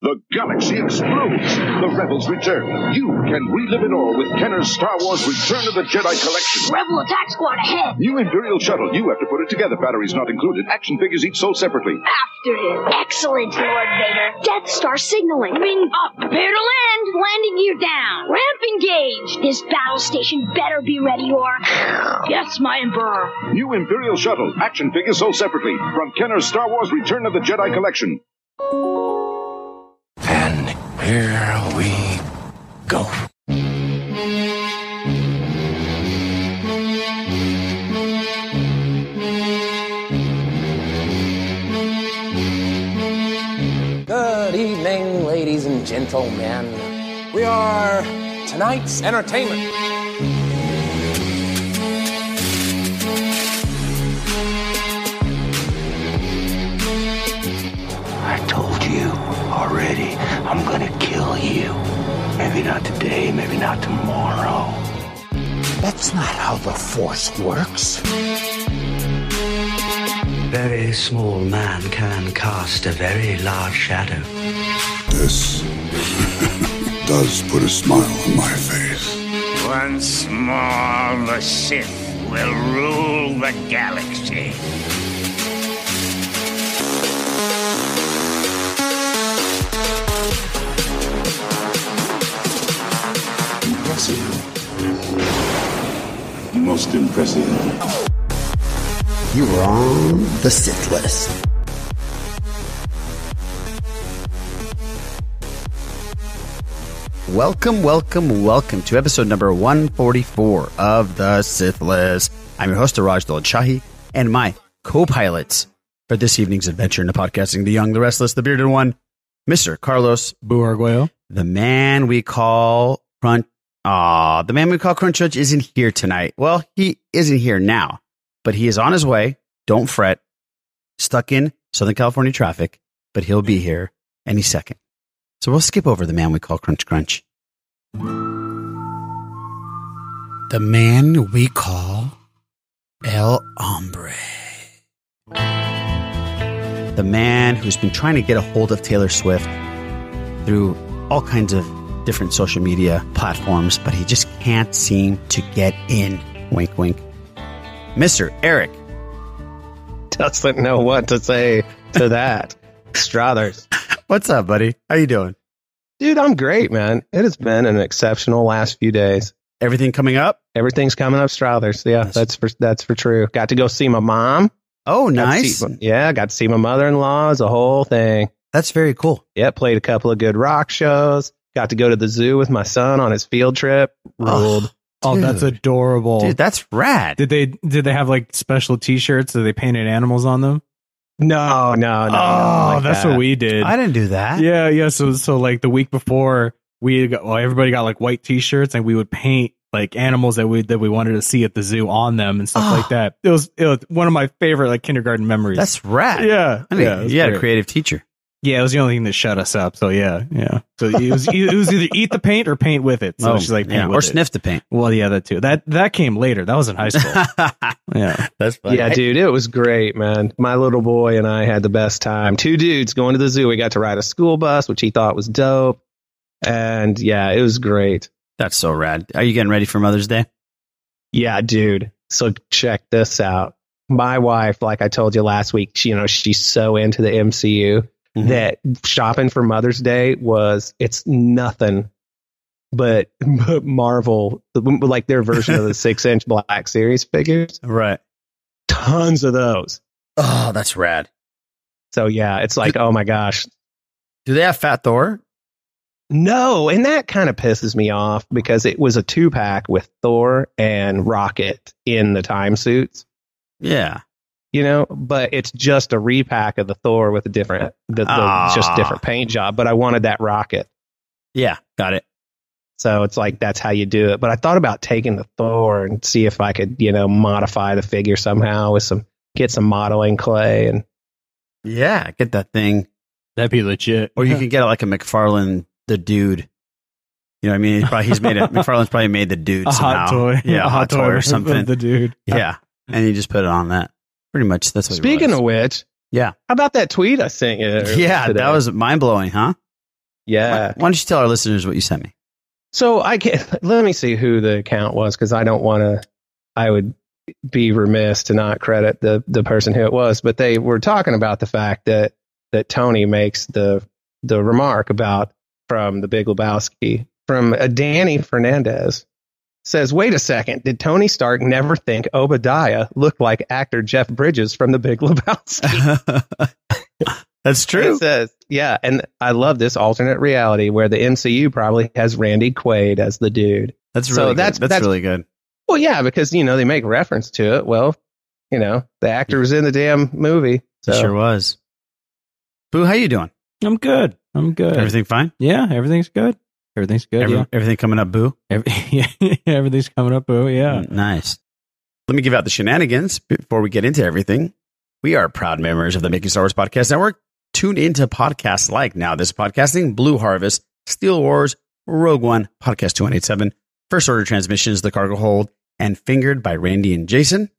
The galaxy explodes. The Rebels return. You can relive it all with Kenner's Star Wars Return of the Jedi collection. Rebel attack squad ahead! New Imperial shuttle. You have to put it together. Batteries not included. Action figures each sold separately. After him! Excellent, Lord Vader. Death Star signaling. Ring up. Prepare to land. Landing gear down. Ramp engaged. This battle station better be ready or... yes, my Emperor. New Imperial shuttle. Action figures sold separately from Kenner's Star Wars Return of the Jedi collection. And here we go. Good evening, ladies and gentlemen. We are tonight's entertainment. I told you already, I'm gonna kill you. Maybe not today, maybe not tomorrow. That's not how the Force works. Very small man can cast a very large shadow. This does put a smile on my face. Once more, the Sith will rule the galaxy. Impressive. Most impressive. You were on the Sith list. Welcome, welcome, welcome to episode number 144 of the Sith List. I'm your host, Araj Shahi, and my co pilots for this evening's adventure into podcasting the young, the restless, the bearded one, Mr. Carlos Buarguello. the man we call Crunch. Ah, the man we call Crunch Judge isn't here tonight. Well, he isn't here now, but he is on his way. Don't fret. Stuck in Southern California traffic, but he'll be here any second. So we'll skip over the man we call Crunch Crunch. The man we call El Hombre. the man who's been trying to get a hold of Taylor Swift through all kinds of different social media platforms, but he just can't seem to get in. Wink, wink. Mr. Eric. doesn't know what to say to that. Struthers. What's up, buddy? How you doing? Dude, I'm great, man. It has been an exceptional last few days. Everything coming up? Everything's coming up Struthers. Yeah, Nice. that's for that's for true. Got to go see my mom. Oh, Got to nice. see- yeah, got to see my mother-in-law. It's a whole thing. That's very cool. Yeah, played a couple of good rock shows. Got to go to the zoo with my son on his field trip. Ruled. Oh, that's Dude. adorable. Dude, that's rad. did they did they have like special T-shirts? Did they painted animals on them? No, no, no. nothing oh, like that's that. what we did. I didn't do that. yeah, yeah. So so like the week before, we got, well, everybody got like white T-shirts, and we would paint like animals that we that we wanted to see at the zoo on them and stuff Oh. like that. It was it was one of my favorite like kindergarten memories. That's rad. yeah, I mean, yeah, it was you had a great. creative teacher. Yeah, it was the only thing that shut us up. So yeah, yeah. So it was e, it was either eat the paint or paint with it. So she's like paint Oh, yeah, with or it. sniff the paint. Well, yeah, that too. That that came later. That was in high school. yeah. that's funny. yeah, dude, it was great, man. My little boy and I had the best time. Two dudes going to the zoo. We got to ride a school bus, which he thought was dope. And yeah, it was great. That's so rad. Are you getting ready for Mother's Day? Yeah, dude. So check this out. My wife, like I told you last week, she, you know, she's so into the MCU that shopping for Mother's Day was it's nothing but, but Marvel, like their version of the six inch black series figures. Right. Tons of those. Oh, that's rad. So yeah, it's like, oh my gosh, Do they have Fat Thor? No, and that kind of pisses me off because it was a two pack with Thor and Rocket in the time suits, Yeah. you know, but it's just a repack of the Thor with a different, the, the, Ah. just different paint job. But I wanted that Rocket. Yeah. Got it. So it's like, that's how you do it. But I thought about taking the Thor and see if I could, you know, modify the figure somehow with some, get some modeling clay and Yeah, get that thing. That'd be legit. Or you can get it like a McFarlane, the dude. You know what I mean? He's probably, he's made it. McFarlane's probably made the dude a somehow. hot toy. Yeah, a hot toy or of something. The dude. yeah. And you just put it on that. Pretty much. That's what it speaking was. of which, Yeah. how about that tweet I sent you? Yeah, today? that was mind blowing, huh? Yeah. Why don't you tell our listeners what you sent me? So I can let me see who the account was because I don't want to. I would be remiss to not credit the the person who it was, but they were talking about the fact that that Tony makes the the remark about from the Big Lebowski from a Danny Fernandez says, "Wait a second, did Tony Stark never think Obadiah looked like actor Jeff Bridges from the Big Lebowski?" That's It says, yeah, and I love this alternate reality where the MCU probably has Randy Quaid as the dude. That's So really good. that's- That's, that's- really good. Well, yeah, because you know they make reference to it. Well, you know the actor was in the damn movie. So It sure was. Boo, how you doing? I'm good. I'm good. Everything fine? Yeah, everything's good. Everything's good. Every- yeah. Everything coming up, Boo? Every, yeah, everything's coming up. Oh, yeah. Mm, Nice. Let me give out the shenanigans before we get into everything. We are proud members of the Making Star Wars Podcast Network. Tune into podcasts like Now This Podcasting, Blue Harvest, Steel Wars, Rogue One, Podcast 287, First Order Transmissions, The Cargo Hold, and Fingered by Randy and Jason.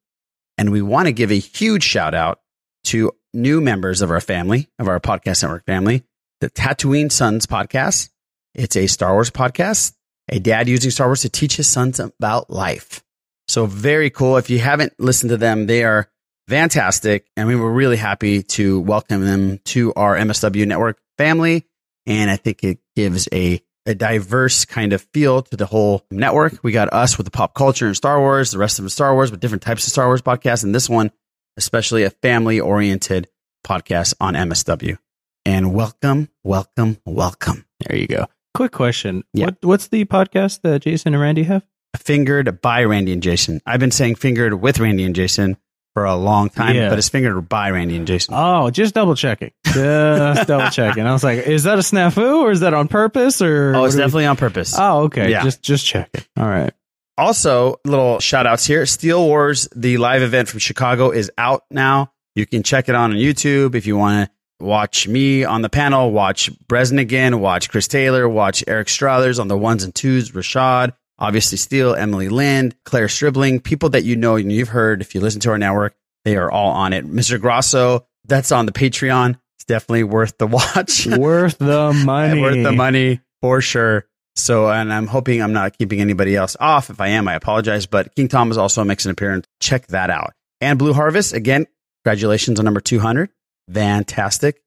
And we want to give a huge shout out to new members of our family, of our podcast network family, the Tatooine Sons podcast. It's a Star Wars podcast, a dad using Star Wars to teach his sons about life. So very cool. If you haven't listened to them, they are fantastic. And we were really happy to welcome them to our MSW network family. And I think it gives a, a diverse kind of feel to the whole network. We got us with the pop culture and Star Wars, the rest of them Star Wars, but different types of Star Wars podcasts. And this one, especially a family oriented podcast on MSW. And welcome, welcome, welcome. There you go. Quick question. Yeah. What, what's the podcast that Jason and Randy have? Fingered by Randy and Jason. I've been saying fingered with Randy and Jason for a long time, Yeah. but it's fingered by Randy and Jason. Oh, just double checking. Just double checking. I was like, is that a snafu or is that on purpose or? Oh, what it's do we- definitely on purpose. Oh, okay. Yeah. Just just checking. All right. Also, little shout outs here. Steel Wars, the live event from Chicago is out now. You can check it out on YouTube if you want to watch me on the panel, watch Bresnigan, watch Chris Taylor, watch Eric Strathers on the ones and twos, Rashad, obviously Steele, Emily Lind, Claire Stribling, people that you know and you've heard if you listen to our network, they are all on it. Mr. Grosso, that's on the Patreon. It's definitely worth the watch. Worth the money. worth the money for sure. So, and I'm hoping I'm not keeping anybody else off. If I am, I apologize. But King Thomas also makes an appearance. Check that out. And Blue Harvest, again, congratulations on number 200. Fantastic.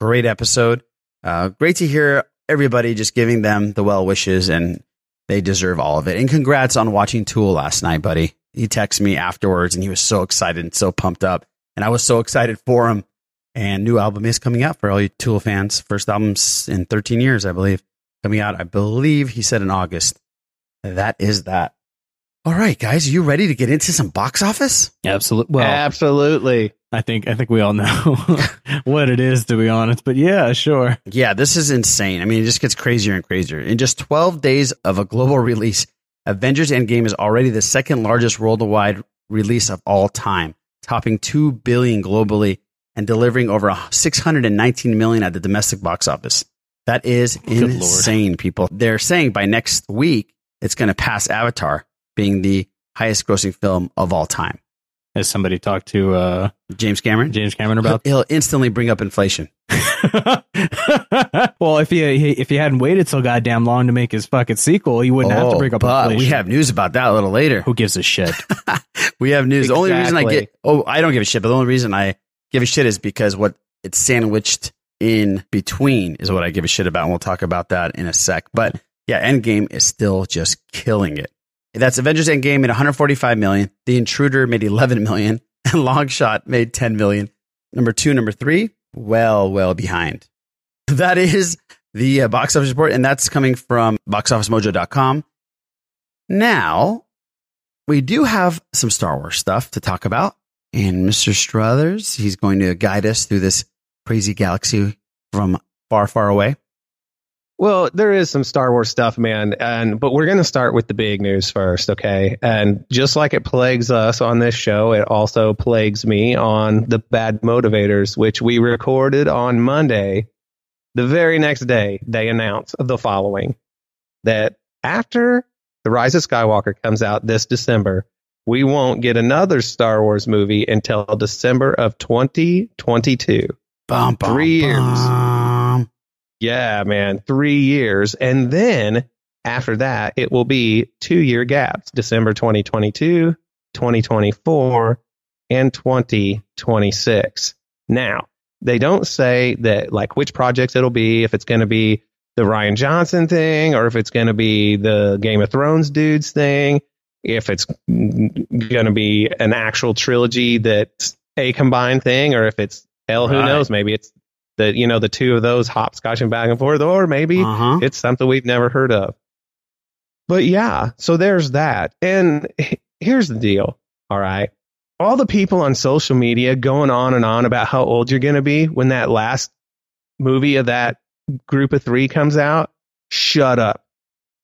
Great episode. Uh, great to hear everybody just giving them the well wishes, and they deserve all of it. And congrats on watching Tool last night, buddy. He texted me afterwards, and he was so excited and so pumped up. And I was so excited for him and new album is coming out for all you Tool fans. First album's in 13 years, I believe, coming out. I believe he said in August. That is that. All right, guys, you ready to get into some box office? Absolutely. Well, absolutely. I think I think we all know what it is to be honest. But yeah, sure. Yeah, this is insane. I mean, it just gets crazier and crazier. In just 12 days of a global release, Avengers Endgame is already the second largest worldwide release of all time, topping 2 billion globally and delivering over 619 million at the domestic box office. That is Good lord. insane, people. They're saying by next week it's going to pass Avatar, being the highest grossing film of all time. As somebody talked to uh, James Cameron James Cameron about. he'll instantly bring up inflation. well, if he he- if he hadn't waited so goddamn long to make his fucking sequel, he wouldn't have to Oh, break up. but we inflation. have news about that a little later. Who gives a shit? We have news. The only reason I Exactly. get oh I don't give a shit, but the only reason I give a shit is because what it's sandwiched in between is what I give a shit about, and we'll talk about that in a sec. But yeah, Endgame is still just killing it. That's Avengers Endgame made 145 million. The Intruder made 11 million, and Long Shot made 10 million. Number two, number three, well, well behind. That is the uh, box office report, and that's coming from boxofficemojo.com. Now, we do have some Star Wars stuff to talk about. And Mr. Struthers, he's going to guide us through this crazy galaxy from far, far away. Well, there is some Star Wars stuff, man, and but we're gonna start with the big news first, okay? And just like it plagues us on this show, it also plagues me on the bad motivators, which we recorded on Monday. The very next day, they announce the following that after The Rise of Skywalker comes out this December, we won't get another Star Wars movie until December of 2022. Bum, bum, Three years. bum. Yeah, man, three years. And then after that, it will be two year gaps December 2022, 2024, and 2026. Now, they don't say that, like, which projects it'll be, if it's going to be the Ryan Johnson thing, or if it's going to be the Game of Thrones dudes thing, if it's going to be an actual trilogy that's a combined thing, or if it's hell, who Right. knows? Maybe it's the you know the two of those hopscotching back and forth, or maybe Uh-huh. it's something we've never heard of. But yeah, so there's that. And h- here's the deal. All right. All the people on social media going on and on about how old you're going to be when that last movie of that group of three comes out, shut up.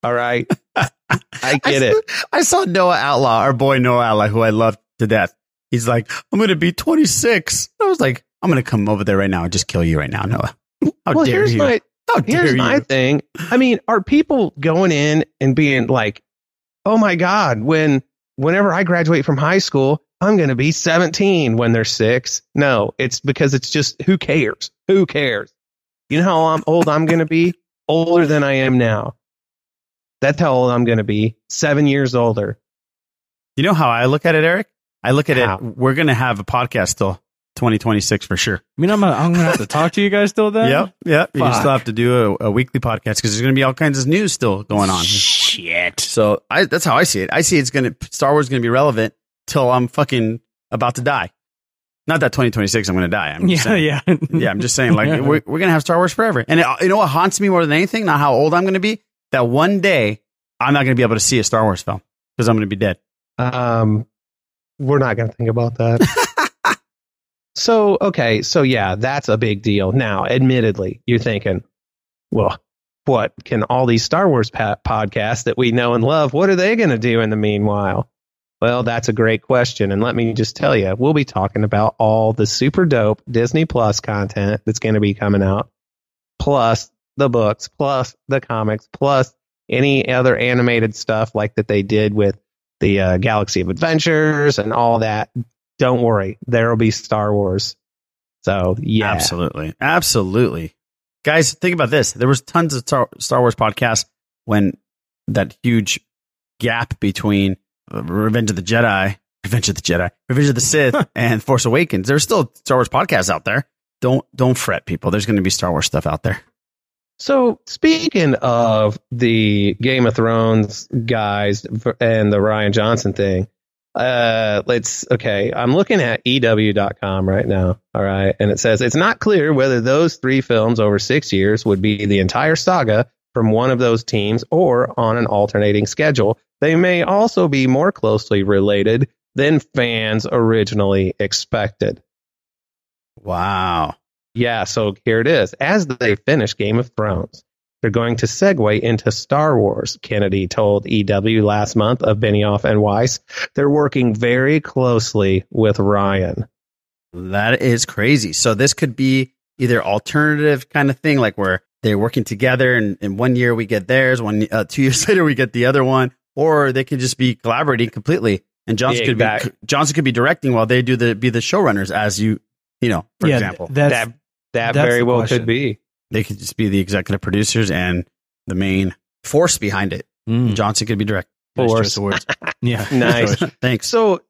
All right. I get it. I saw Noah Outlaw, our boy Noah Outlaw, who I love to death. He's like, I'm going to be 26. I was like, I'm going to come over there right now and just kill you right now, Noah. How well, dare here's you? my How dare here's you? my thing. I mean, are people going in and being like, "Oh my god, when whenever I graduate from high school, I'm going to be 17 when they're 6." No, it's because it's just who cares? Who cares? You know how I'm old I'm going to be? Older than I am now. That's how old I'm going to be. 7 years older. You know how I look at it, Eric? I look at How? it. We're going to have a podcast till 2026 for sure. I mean, I'm gonna, I'm gonna have to talk to you guys till then. Yep. Yep. You Fuck. still have to do a, a weekly podcast because there's going to be all kinds of news still going on. Shit. So I, that's how I see it. I see it's going to, Star Wars is going to be relevant till I'm fucking about to die. Not that 2026, I'm going to die. I'm just Yeah, saying. yeah, Yeah, I'm just saying, like, Yeah. we're, we're going to have Star Wars forever. And it, you know what haunts me more than anything? Not how old I'm going to be, that one day I'm not going to be able to see a Star Wars film because I'm going to be dead. Um, we're not going to think about that. so, okay. So, yeah, that's a big deal. Now, admittedly, you're thinking, well, what can all these Star Wars pa- podcasts that we know and love, what are they going to do in the meanwhile? Well, that's a great question. And let me just tell you, we'll be talking about all the super dope Disney Plus content that's going to be coming out, plus the books, plus the comics, plus any other animated stuff like that they did with the uh, Galaxy of Adventures and all that. Don't worry, there will be Star Wars. So yeah, Absolutely. Absolutely. Guys, think about this. There was tons of Star Star Wars podcasts when that huge gap between uh, Revenge of the Jedi, Revenge of the Jedi, Revenge of the Sith, and Force Awakens. There's still Star Wars podcasts out there. Don't don't fret, people. There's going to be Star Wars stuff out there. So speaking of the Game of Thrones guys v- and the Ryan Johnson thing, uh, let's okay. I'm looking at E EW.com right now. All right, and it says it's not clear whether those three films over six years would be the entire saga from one of those teams or on an alternating schedule. They may also be more closely related than fans originally expected. Wow. Yeah, so here it is. As they finish Game of Thrones, they're going to segue into Star Wars, Kennedy told EW last month of Benioff and Weiss. They're working very closely with Ryan. That is crazy. So this could be either alternative kind of thing, like where they're working together, and, and one year we get theirs, one uh, two years later we get the other one, or they could just be collaborating completely. And Johnson could Exact- be Johnson could be directing while they do the be the showrunners, as you you know, for Yeah, example, that's, that that That's very the well question. could be. they could just be the executive producers and the main force behind it. Mm. Johnson could be direct. Nice Hmm. Force. choice of words. Yeah, Nice. Thanks. So,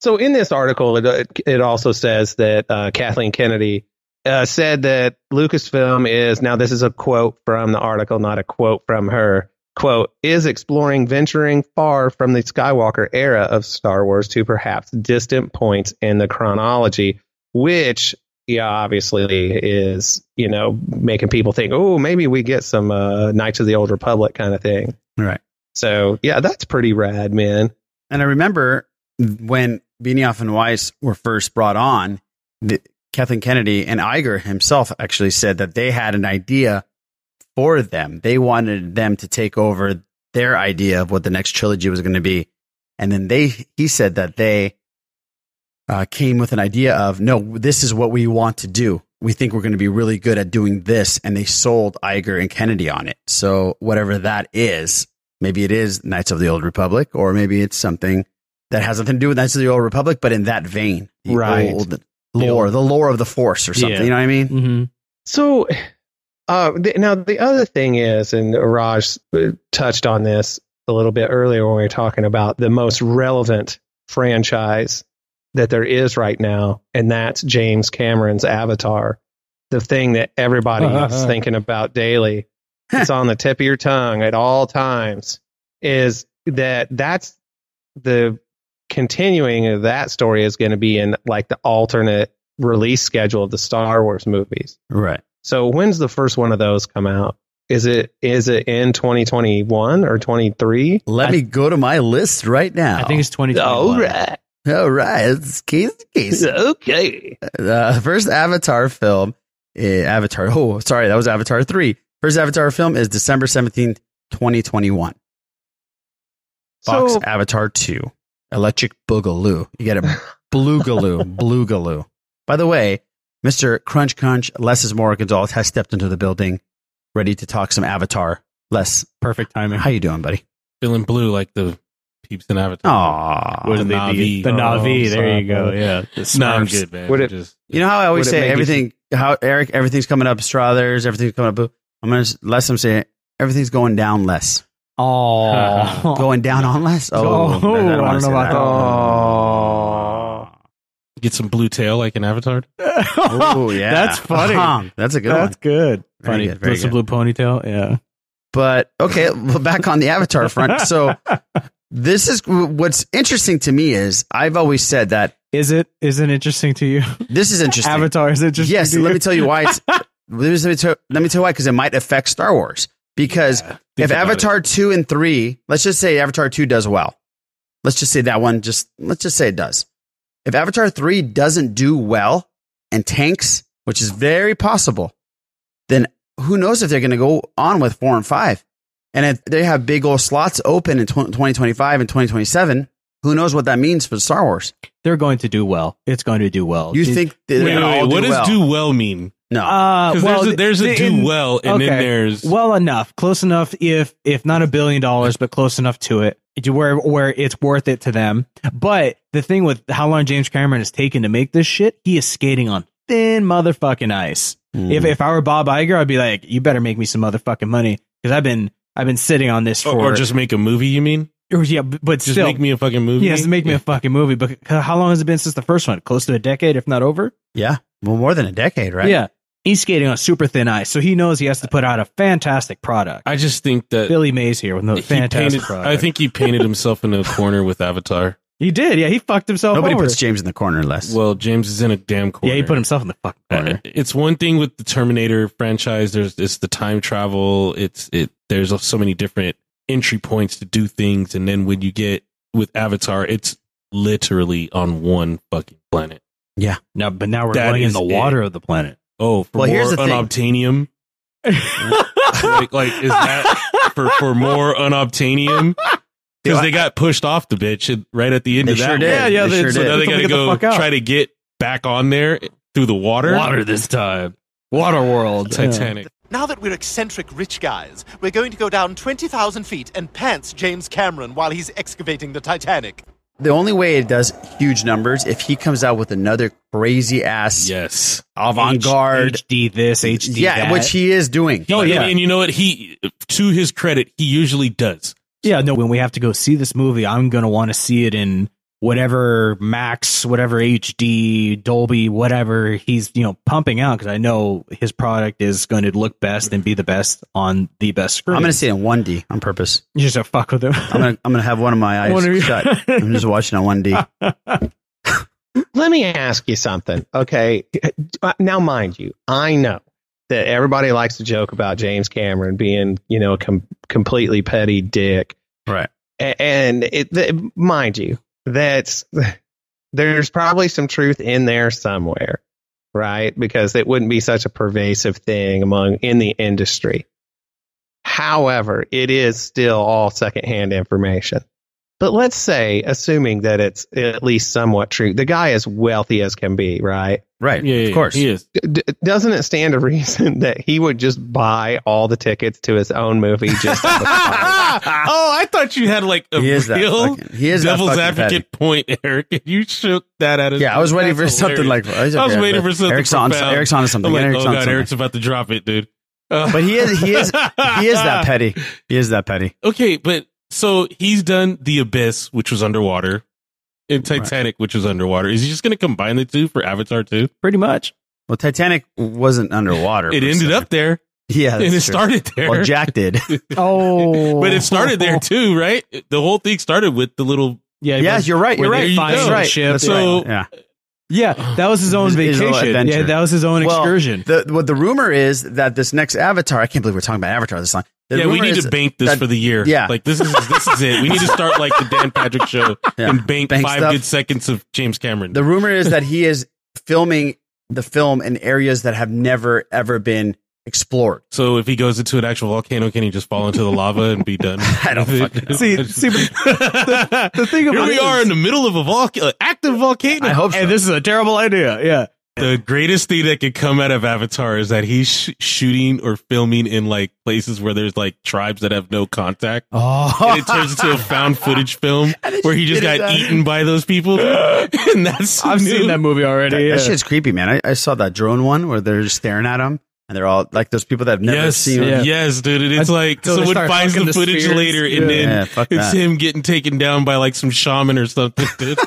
so in this article, it, it also says that uh, Kathleen Kennedy uh, said that Lucasfilm is now. This is a quote from the article, not a quote from her. Quote is exploring venturing far from the Skywalker era of Star Wars to perhaps distant points in the chronology, which yeah, obviously is you know making people think, oh, maybe we get some uh, Knights of the Old Republic kind of thing. Right. So yeah, that's pretty rad, man. And I remember when Benioff and Weiss were first brought on, the, Kathleen Kennedy and Iger himself actually said that they had an idea for them. They wanted them to take over their idea of what the next trilogy was going to be. And then they, he said that they uh, came with an idea of, no, this is what we want to do. We think we're going to be really good at doing this. And they sold Iger and Kennedy on it. So whatever that is, maybe it is Knights of the Old Republic, or maybe it's something that has nothing to do with Knights of the Old Republic, but in that vein, the Right. old lore, the lore of the Force or something. Yeah. You know what I mean? hmm So Uh, th- now the other thing is, and Raj uh, touched on this a little bit earlier when we were talking about the most relevant franchise that there is right now, and that's James Cameron's Avatar, the thing that everybody is thinking about daily. It's on the tip of your tongue at all times. Is that that's the continuing of that story is going to be in like the alternate release schedule of the Star Wars movies. Right. So when's the first one of those come out? Is it is it in 2021 or 23? Let me go to my list right now. I think it's 2021. All right. All right. It's case to case. Okay. The uh, first Avatar film, eh, Avatar. Oh, sorry. That was Avatar 3. First Avatar film is December 17th, 2021. Fox So- Avatar 2. Electric Boogaloo. You get a Blugaloo. Blugaloo. By the way, Mr. Crunch Crunch, Les is more Gonzalez has stepped into the building, ready to talk some Avatar. Les, Perfect timing. how you doing, buddy? Feeling blue like the peeps in Avatar. Aw. What did they do? The Na'vi, there you go, yeah. The no, I'm Smurfs. good, man. Would I'm it- just, You know how I always Would it say make you- everything. How Eric, everything's coming up. Strathers, everything's coming up. I'm gonna less. I'm saying everything's going down less. Oh, going down on less. Oh, Oh, I don't know about Oh, get some blue tail like an Avatar. oh yeah, That's funny. Uh-huh. That's a good That's one. good. Very Funny. good, very With some good. blue ponytail. Yeah. But okay, well, back on the Avatar front. So this is what's interesting to me is I've always said that Is it is it interesting to you? This is interesting. Avatar is interesting. Yes, to let me tell you why. It's, let, me, let me tell, let me tell you why because it might affect Star Wars. Because if about Avatar two and three, let's just say Avatar two does well. Let's just say that one. Just let's just say it does. If Avatar three doesn't do well and tanks, which is very possible, then who knows if they're going to go on with four and five? And if they have big old slots open in tw- 2025 and 2027, who knows what that means for Star Wars? They're going to do well. It's going to do well. You It- think Wait, they're wait, gonna wait, all what do does well? do well mean? No. Uh, 'Cause well, there's a- there's a the- do in- well, and then there's- well enough, close enough. If if not a billion dollars, but close enough to it, to where where it's worth it to them. But the thing with how long James Cameron has taken to make this shit, he is skating on thin motherfucking ice. Mm. If if I were Bob Iger, I'd be like, you better make me some motherfucking money because I've been I've been sitting on this for Oh, Or, or just make a movie, you mean? Or, yeah, b- but Just still, make me a fucking movie? Yes, make me a fucking movie. But c- how long has it been since the first one? Close to a decade, if not over. Yeah. Well, more than a decade, right? Yeah. He's skating on super thin ice, so he knows he has to put out a fantastic product. I just think that Billy Mays here with no he fantastic painted- product. I think he painted himself in a corner with Avatar. he did. Yeah, he fucked himself. Nobody over. puts James in the corner less. Well, James is in a damn corner. Uh, Yeah, he put himself in the fucking corner. it's one thing with the Terminator franchise. There's it's the time travel. It's it. There's so many different entry points to do things, and then when you get with Avatar, it's literally on one fucking planet. No, but now we're That going in is the it. water of the planet. Oh, for Well, more here's the thing. unobtainium. like, like is that for for more unobtainium? Because they got pushed off the bitch at- right at the end They of that. sure one. did. Yeah, yeah, They they- sure so did. now they Tell them got to to get the go fuck out. try to get back on there through the water. Water this time. Water world. Titanic. Now that we're eccentric rich guys, we're going to go down 20,000 feet and pants James Cameron while he's excavating the Titanic. the only way it does huge numbers if he comes out with another crazy ass Yes. avant-garde. HD this, HD yeah, that. which he is doing. He- Oh, yeah. And, and you know what? He, to his credit, he usually does. Yeah, no, when we have to go see this movie, I'm going to want to see it in whatever max, whatever HD, Dolby, whatever he's, you know, pumping out because I know his product is going to look best and be the best on the best I'm screen. gonna say it in 1D on purpose. You're just a fuck with him. I'm gonna I'm gonna have one of my eyes One of your- shut. I'm just watching on 1D. Let me ask you something. Okay. Uh, Now, mind you, I know that everybody likes to joke about James Cameron being, you know, a com- completely petty dick. Right. A- And it, th- mind you, that's there's probably some truth in there somewhere, right? Because it wouldn't be such a pervasive thing among in the industry. However, it is still all secondhand information. But let's say, assuming that it's at least somewhat true, the guy is wealthy as can be, right? Right. Yeah, of course. He is. D- doesn't it stand to reason that he would just buy all the tickets to his own movie just out of oh, I thought you had like a He is that real fucking- he is that devil's fucking advocate point, Eric. And you shook that at us. Yeah, I was waiting for That's something hilarious. like I was waiting for something. Eric's on profound. Eric's on to something. I'm like, Eric's oh onto god, something. Eric's about to drop it, dude. Uh, But he is he is he is that petty. He is that petty. Okay, but so he's done The Abyss, which was underwater, and Titanic, which was underwater. Is he just going to combine the two for Avatar 2? Pretty much. Well, Titanic wasn't underwater. It per ended se. up there. Yeah, And that's it true. started there. Well, Jack did. Oh, But it started there too, right? The whole thing started with the little. Yeah, Yeah, you're right, you're Where right, they that's find the right, ship. that's so right, yeah. Yeah, that was his own His- his little vacation. adventure. yeah, that was his own Well, excursion. the, what the rumor is that this next Avatar, I can't believe we're talking about Avatar this long. The yeah, we rumor need is to bank this that- for the year. Yeah, like this is this is it. We need to start like the Dan Patrick show Yeah. and bank, Bank five stuff. good seconds of James Cameron. The rumor is that he is filming the film in areas that have never ever been explored. so if he goes into an actual volcano, can he just fall into the lava and be done? I don't fucking See, see, but the, the thing Here about we it are is- in the middle of a volcano, active volcano. I hope so. And this is a terrible idea. Yeah. The greatest thing that could come out of Avatar is that he's sh- shooting or filming in like places where there's like tribes that have no contact. Oh. And it turns into a found footage film where he just got It is, uh, eaten by those people. and that's I've seen that movie already. That, yeah. that shit's creepy, man. I, I saw that drone one where they're just staring at him and they're all like those people that have never yes, seen yes, dude. And it's Until like they someone start finds fucking the, the footage spheres. later, and Yeah. then Yeah, fuck it's that. him getting taken down by like some shaman or something. Dude.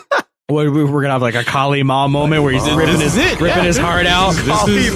Well, we- we're gonna have like a Kali Ma moment Oh, where he's This ripping is his it, ripping yeah. his heart out. This is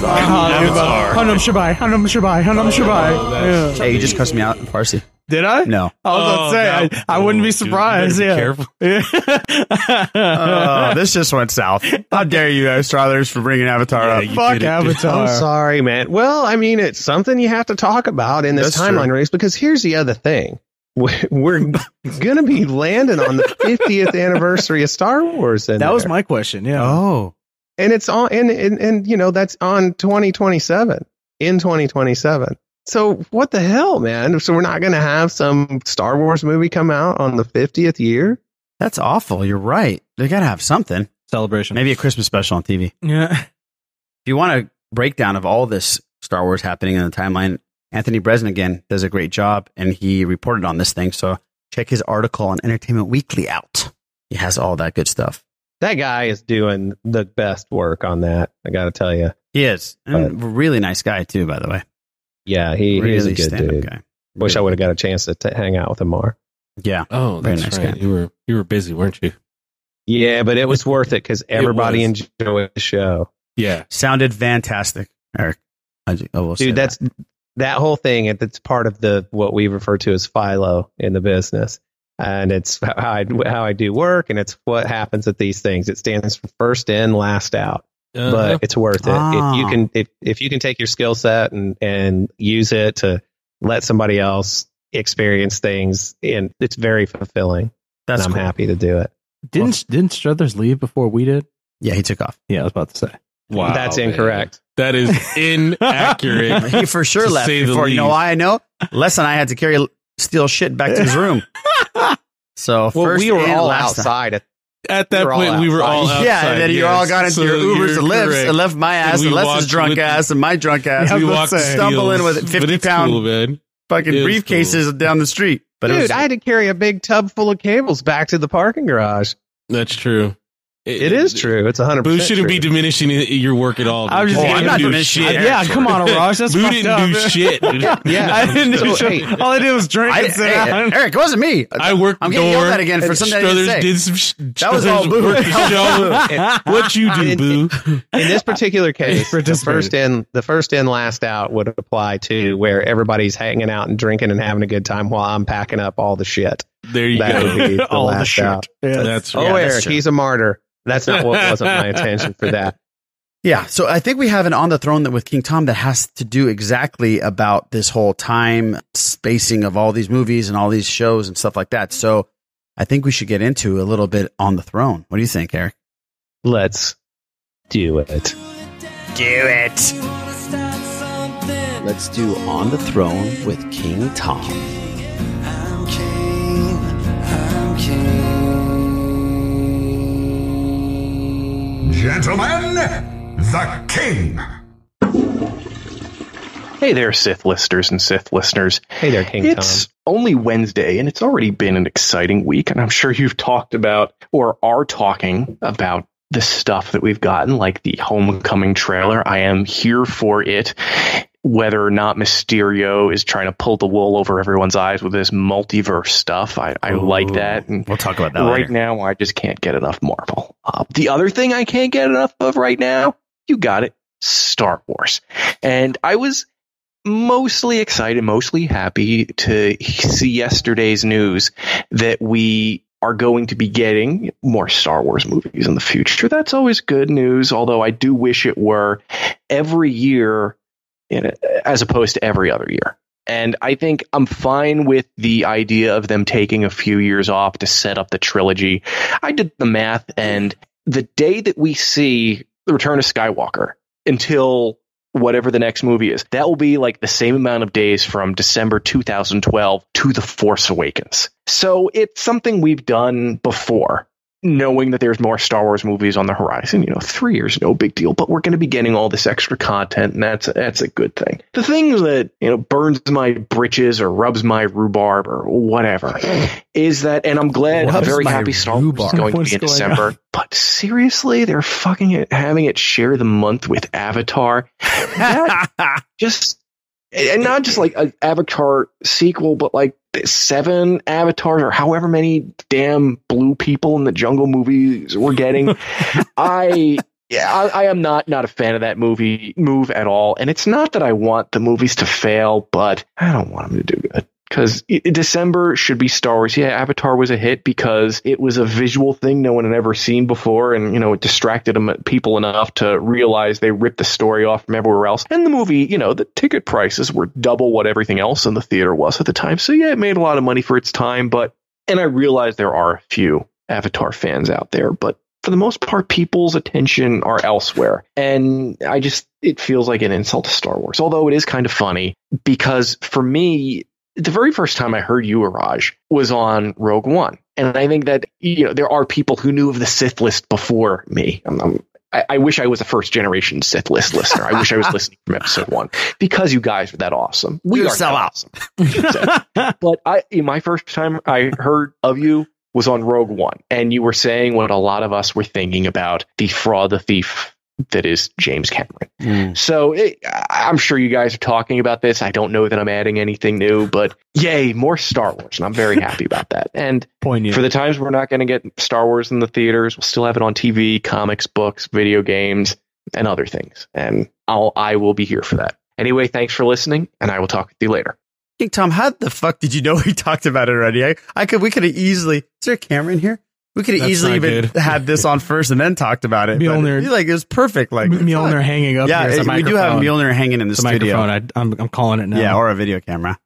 Kali Ma. Avatar. Hanum Shabai, Hanum Shabai, Hanum Shabai. Yeah. Hey, you just cussed me out in Farsi. Did I? No. I was Oh, about to say that- I, I wouldn't be dude, you better be surprised. yeah. careful. Oh, this just went south. How dare you, Strathers, for bringing Avatar Yeah, up? you Fuck did it, dude. Avatar. I'm sorry, man. Well, I mean, it's something you have to talk about in this That's timeline true. race because here's the other thing. We're, we're going to be landing on the 50th anniversary of Star Wars. In That was there. my question. Yeah. Oh, and it's on, and, and, and, you know, that's on 2027, in 2027. So what the hell, man? So we're not going to have some Star Wars movie come out on the 50th year? that's awful. You're right. They gotta have something. Celebration. Maybe a Christmas special on TV. Yeah. If you want a breakdown of all this Star Wars happening in the timeline, Anthony Bresnan again does a great job, and he reported on this thing. So check his article on Entertainment Weekly out. He has all that good stuff. That guy is doing the best work on that. I got to tell you. He is and really nice guy too, by the way. Yeah, he, really he is a good stand-up dude. guy. Wish I would have got a chance to t- hang out with him more. Yeah, Oh, Very that's nice right. guy. You were you were busy, weren't you? Yeah, but it was worth it because everybody was. enjoyed the show. Yeah. sounded fantastic, Eric. I, ju- I will say Dude, that. that's that. whole thing. it- It's part of the what we refer to as philo in the business, and it's how I how I do work, and it's what happens at these things. It stands for first in, last out. Uh, but it's worth it. If Ah. you can if, if you can take your skill set and and use it to let somebody else experience things and it's very fulfilling. that's and I'm cool. happy to do it. Didn't didn't Struthers leave before we did? Yeah, he took off. Yeah, I was about to say. wow, That's man. incorrect. That is inaccurate. he for sure To left say the before. You know least. why I know? Les and I had to carry steel shit back to his room. So Well, first we were in, all last time. outside at At that We were all point, we were all outside. yeah, and then you all yes. got into So your Ubers you're and lifts correct. and left my ass we and Les's walked drunk with- ass and my drunk ass. Yeah, we I was walked gonna say. stumbling Steals, with but 50 it's pound cool, man. fucking It is briefcases down the street. But Dude, it was, I had to carry a big tub full of cables back to the parking garage. That's true. It is true. It's 100%. Boo shouldn't be true. diminishing i- your work at all. I was dude. just He I'm didn't not do diminishing shit. it. Yeah, come on, Arash. That's Boo fucked didn't up. do shit. dude. Yeah. I didn't do So, shit. hey. All I did was drink I- and sit hey, down. Eric, it wasn't me. I worked. I'm getting yelled door, at again for and something I didn't Struthers say. did some. Sh- That was all Struthers Boo. worked the show. What you do, Didn't- Boo? In this particular case, the Participated. first in the first in last out would apply to where everybody's hanging out and drinking and having a good time while I'm packing up all the shit. There you go. That would be the All the last shit. out. Yeah. That's Oh, right. that's Eric, true. he's a martyr. That's not what wasn't my intention for that. Yeah, so I think we have an on the throne that with King Tom that has to do exactly about this whole time spacing of all these movies and all these shows and stuff like that. So I think we should get into a little bit on the throne. What do you think, Eric? Let's do it. Do it. Let's do on the throne with King Tom. Gentlemen, the king. Hey there, Sith listers and Sith listeners. Hey there, King It's Tom. only Wednesday, and it's already been an exciting week, and I'm sure you've talked about or are talking about the stuff that we've gotten, like the homecoming trailer. I am here for it. whether or not Mysterio is trying to pull the wool over everyone's eyes with this multiverse stuff. I, I like that. And we'll talk about that right later. now, I just can't get enough Marvel. Uh, the other thing I can't get enough of right now, you got it, Star Wars. And I was mostly excited, mostly happy to see yesterday's news that we are going to be getting more Star Wars movies in the future. That's always good news, although I do wish it were every year you know, as opposed to every other year. And I think I'm fine with the idea of them taking a few years off to set up the trilogy. I did the math, and the day that we see The Return of Skywalker until whatever the next movie is, that will be like the same amount of days from December 2012 to The Force Awakens. So it's something we've done before knowing that there's more Star Wars movies on the horizon, you know, three years, no big deal, but we're going to be getting all this extra content, and that's that's a good thing. The things that you know burns my britches or rubs my rhubarb or whatever is that, and I'm glad, Rubs very my happy Star Wars is rhubarb. going What's to be in going December. on? But seriously, they're fucking having it share the month with Avatar. That just and not just like an Avatar sequel, but like seven Avatars or however many damn blue people in the jungle movies we're getting. I yeah, I, I am not not a fan of that movie move at all, and it's not that I want the movies to fail, but I don't want them to do good. Because December should be Star Wars. Yeah, Avatar was a hit because it was a visual thing no one had ever seen before, and you know it distracted 'em- uh, people enough to realize they ripped the story off from everywhere else. And the movie, you know, the ticket prices were double what everything else in the theater was at the time. So yeah, it made a lot of money for its time. But and I realize there are a few Avatar fans out there, but for the most part, people's attention are elsewhere. And I just, it feels like an insult to Star Wars, although it is kind of funny because for me, the very first time I heard you, Araj, was on Rogue One. And I think that, you know, there are people who knew of the Sith list before me. I'm, I'm, I, I wish I was a first generation Sith list listener. I wish I was listening from episode one because you guys are that awesome. We You're are so that awesome. but I, my first time I heard of you was on Rogue One, and you were saying what a lot of us were thinking about the fraud, the thief that is James Cameron. Mm. So it, I- I'm sure you guys are talking about this. I don't know that I'm adding anything new, but yay, more Star Wars, and I'm very happy about that. And for the times we're not going to get Star Wars in the theaters, we'll still have it on TV, comics, books, video games, and other things. And I'll I will be here for that. Anyway, thanks for listening, and I will talk with you later. King Tom, how the fuck did you know we talked about it already? I, I could, we could have easily. Is there a camera in here? We could have That's easily not even good. had this on first and then talked about it. but Mjolnir- you, like it was perfect. Like M- Mjolnir hanging up Yeah, here as a it- we do have microphone. Mjolnir hanging in the It's a studio. microphone. I, am I'm calling it now. Yeah, or a video camera.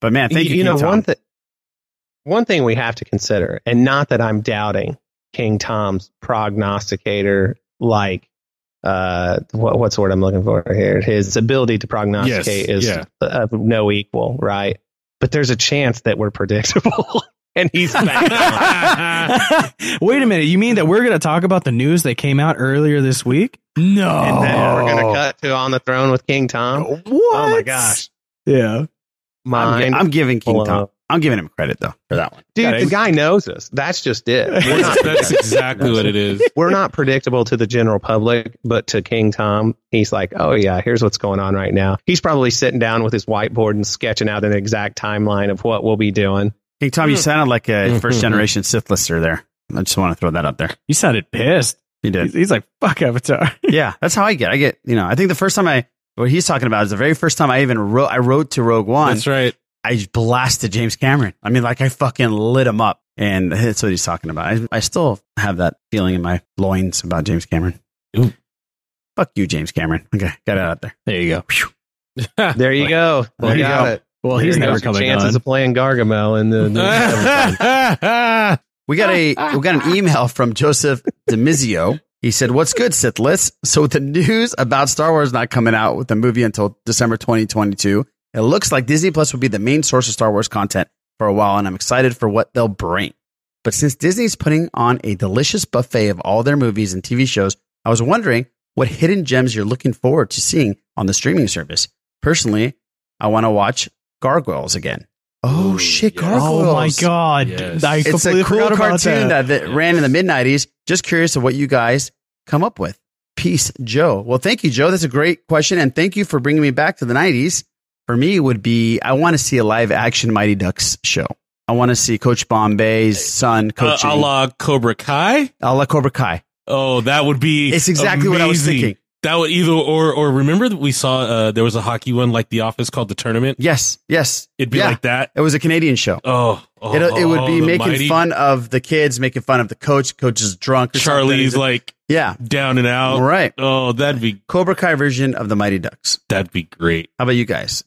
But man, thank you, You King know Tom. one thing. One thing we have to consider, and not that I'm doubting King Tom's prognosticator, like uh, what what's the word I'm looking for here? His ability to prognosticate Yes, is yeah. of no equal, right? But there's a chance that we're predictable, and he's back. Wait a minute. You mean that we're going to talk about the news that came out earlier this week? No. And then we're Oh. gonna cut to on the throne with King Tom. Oh my gosh, Yeah. I'm, gi- Mind I'm giving King blown. Tom. I'm giving him credit though for that one. dude, That the is- guy knows us. That's just it. We're not That's predictable. exactly what it is. We're not predictable to the general public, but to King Tom, he's like, "Oh yeah, here's what's going on right now." He's probably sitting down with his whiteboard and sketching out an exact timeline of what we'll be doing. King Tom, Hmm. you sounded like a first generation Sith lister there. I just want to throw that out there. You sounded pissed. He did. He's like, fuck Avatar. yeah, that's how I get. I get, you know, I think the first time I, what he's talking about is the very first time I even wrote, I wrote to Rogue One. That's right. I blasted James Cameron. I mean, like I fucking lit him up. And that's what he's talking about. I, I still have that feeling in my loins about James Cameron. Fuck you, James Cameron. Okay, got it out there. There you go. Phew. There you go. There We you got go. it. Well, he's There never goes your coming Chances on. of playing Gargamel in the. we got a we got an email from Joseph Demizio. He said, "What's good, Sithless? So with the news about Star Wars not coming out with the movie until December 2022, it looks like Disney Plus will be the main source of Star Wars content for a while, and I'm excited for what they'll bring. But since Disney's putting on a delicious buffet of all their movies and TV shows, I was wondering what hidden gems you're looking forward to seeing on the streaming service. Personally, I want to watch Gargoyles again. Oh shit, Gargoyles! Oh my God. I it's completely a cool forgot about cartoon that. that, that ran in the mid '90s. Just curious of what you guys come up with. Peace, Joe. Well, thank you, Joe. That's a great question. And thank you for bringing me back to the 90s. For me, it would be I want to see a live action Mighty Ducks show. I want to see Coach Bombay's son Uh, coaching. a la Cobra Kai? A la Cobra Kai. Oh, that would be. It's exactly what I was amazing. thinking. That would either or or remember that we saw uh, there was a hockey one like The Office called the Tournament. Yes, yes, it'd be Yeah. like that. It was a Canadian show. Oh, oh, it, it would be the making mighty fun of the kids, making fun of the coach. Coach is drunk. Or Charlie's something. like yeah, down and out. Right. Oh, that'd be Cobra Kai version of the Mighty Ducks. That'd be great. How about you guys?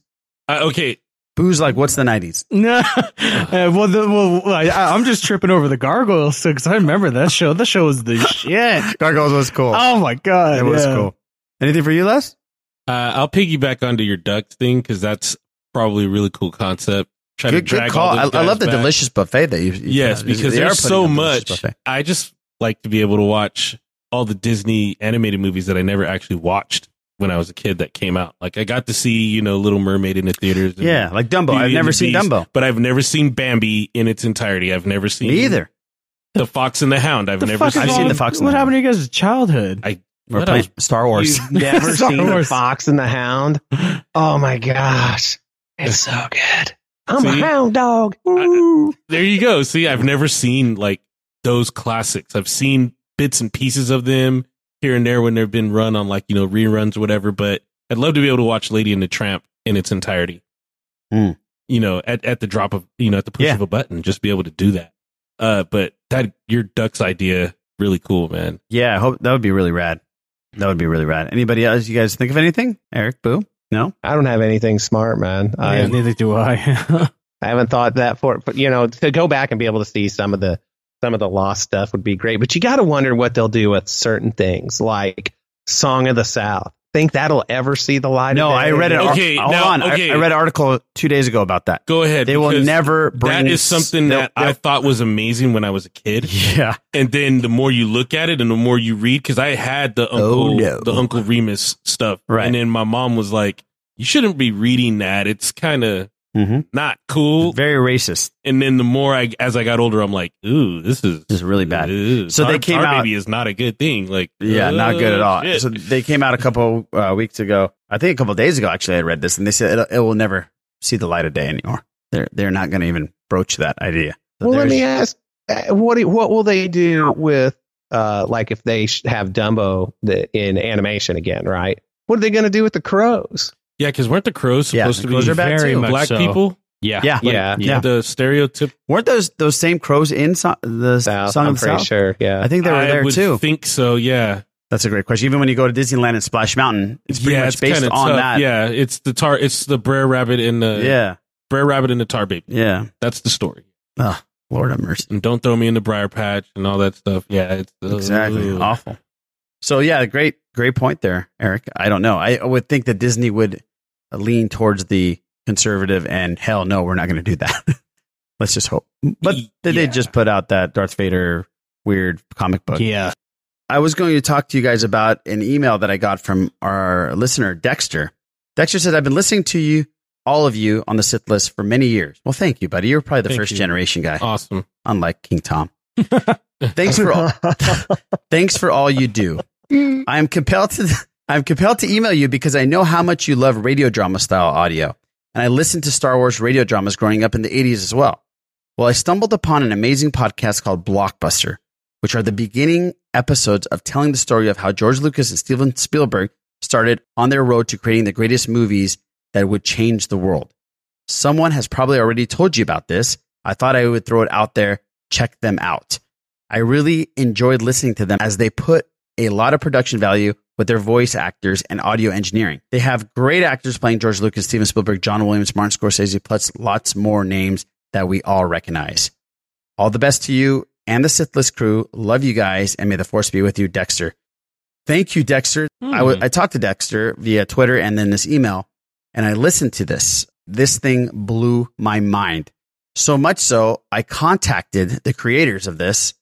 Uh, okay, Boo's like, what's the nineties? No, Uh, well, the, well, I, I'm just tripping over the gargoyles because I remember that show. That show was the shit. Gargoyles was cool. Oh my god, That was yeah. cool. Anything for you, Les? Uh, I'll piggyback onto your duck thing because that's probably a really cool concept. Try Good, to drag good call. all I, those I guys love the back. delicious buffet that you. you Yes, found. because They are there's putting so out delicious much. I just like to be able to watch all the Disney animated movies that I never actually watched when I was a kid that came out. Like I got to see, you know, Little Mermaid in the theaters. and Yeah, like Dumbo. Beauty I've and never the seen Beast, Dumbo. but I've never seen Bambi in its entirety. I've never seen Me either. The Fox and the Hound. I've The never. fuck is seen wrong- What happened to you guys' childhood? I We're what playing else? Star Wars. You- Never Star seen Wars. the Fox and the Hound. Oh my gosh, it's so good. I'm See? a hound dog. Ooh. there you go. See, I've never seen like those classics. I've seen bits and pieces of them here and there when they've been run on like, you know, reruns or whatever, but I'd love to be able to watch Lady and the Tramp in its entirety. Mm. You know, at, at the drop of you know, at the push Yeah. of a button, just be able to do that. Uh but that your ducks idea, really cool, man. Yeah, I hope that would be really rad. That would be really rad. Anybody else? You guys think of anything? Eric, Boo? No. I don't have anything smart, man. Yeah, I, Uh, neither do I. I haven't thought that for, but you know, to go back and be able to see some of the some of the lost stuff would be great. But you got to wonder what they'll do with certain things, like Song of the South. Think that'll ever see the light? No, of day? I read an ar- Okay, hold now- on. I- okay. I, read an article two days ago about that. Go ahead. They will because never bring that is something they'll- that I they'll- thought was amazing when I was a kid. Yeah. And then the more you look at it and the more you read, because I had the uncle, Oh, no. the Uncle Remus stuff, Right. And then my mom was like, "You shouldn't be reading that. It's kind of Mhm. not cool." Very racist. And then the more I, as I got older, I'm like, "Ooh, this is This is really bad. ooh, So they our- came our out- Baby is not a good thing. Like, Yeah, not good at oh, all. shit. So they came out a couple uh, weeks ago. I think a couple days ago, actually, I read this, and they said it, it will never see the light of day anymore. They're they're not going to even broach that idea. So well, let there's- me ask, uh, what do- what will they do with uh, like if they sh- have Dumbo the, in animation again? Right? What are they going to do with the crows? yeah, because weren't the crows Yeah, supposed the to be crows are back very too. black so. people? Yeah, yeah, Like, Yeah. Yeah. The stereotype. Weren't those those same crows in so- the South, Song I'm of the pretty South? sure. Yeah. I think they were I there would too. Think so. Yeah. That's a great question. Even when you go to Disneyland and Splash Mountain, it's pretty yeah, much based kinda on tough. that. Yeah, it's the tar. It's the Brer Rabbit and the yeah, Brer Rabbit and the Tar Baby. yeah. That's the story. Oh, Lord have mercy. And don't throw me in the briar patch and all that stuff. Yeah, it's uh, Exactly. ugh. Awful. So yeah, great, great point there, Eric. I don't know. I would think that Disney would lean towards the conservative and hell no, we're not going to do that. Let's just hope. But they Yeah. did just put out that Darth Vader weird comic book. yeah. I was going to talk to you guys about an email that I got from our listener, Dexter. Dexter said, I've been listening to you, all of you, on the Sith list for many years. Well, thank you, buddy. You're probably the Thank first you. Oh. generation guy, Awesome. unlike King Tom. thanks for all, thanks for all you do. I am compelled to I'm compelled to email you because I know how much you love radio drama style audio. And I listened to Star Wars radio dramas growing up in the 80s as well. Well, I stumbled upon an amazing podcast called Blockbuster, which are the beginning episodes of telling the story of how George Lucas and Steven Spielberg started on their road to creating the greatest movies that would change the world. Someone has probably already told you about this. I thought I would throw it out there. Check them out. I really enjoyed listening to them as they put a lot of production value with their voice actors and audio engineering. They have great actors playing George Lucas, Steven Spielberg, John Williams, Martin Scorsese, plus lots more names that we all recognize. All the best to you and the Sith List crew. Love you guys, and may the force be with you, Dexter. Thank you, Dexter. I w- Hmm. I talked to Dexter via Twitter and then this email, and I listened to this. This thing blew my mind. So much so, I contacted the creators of this,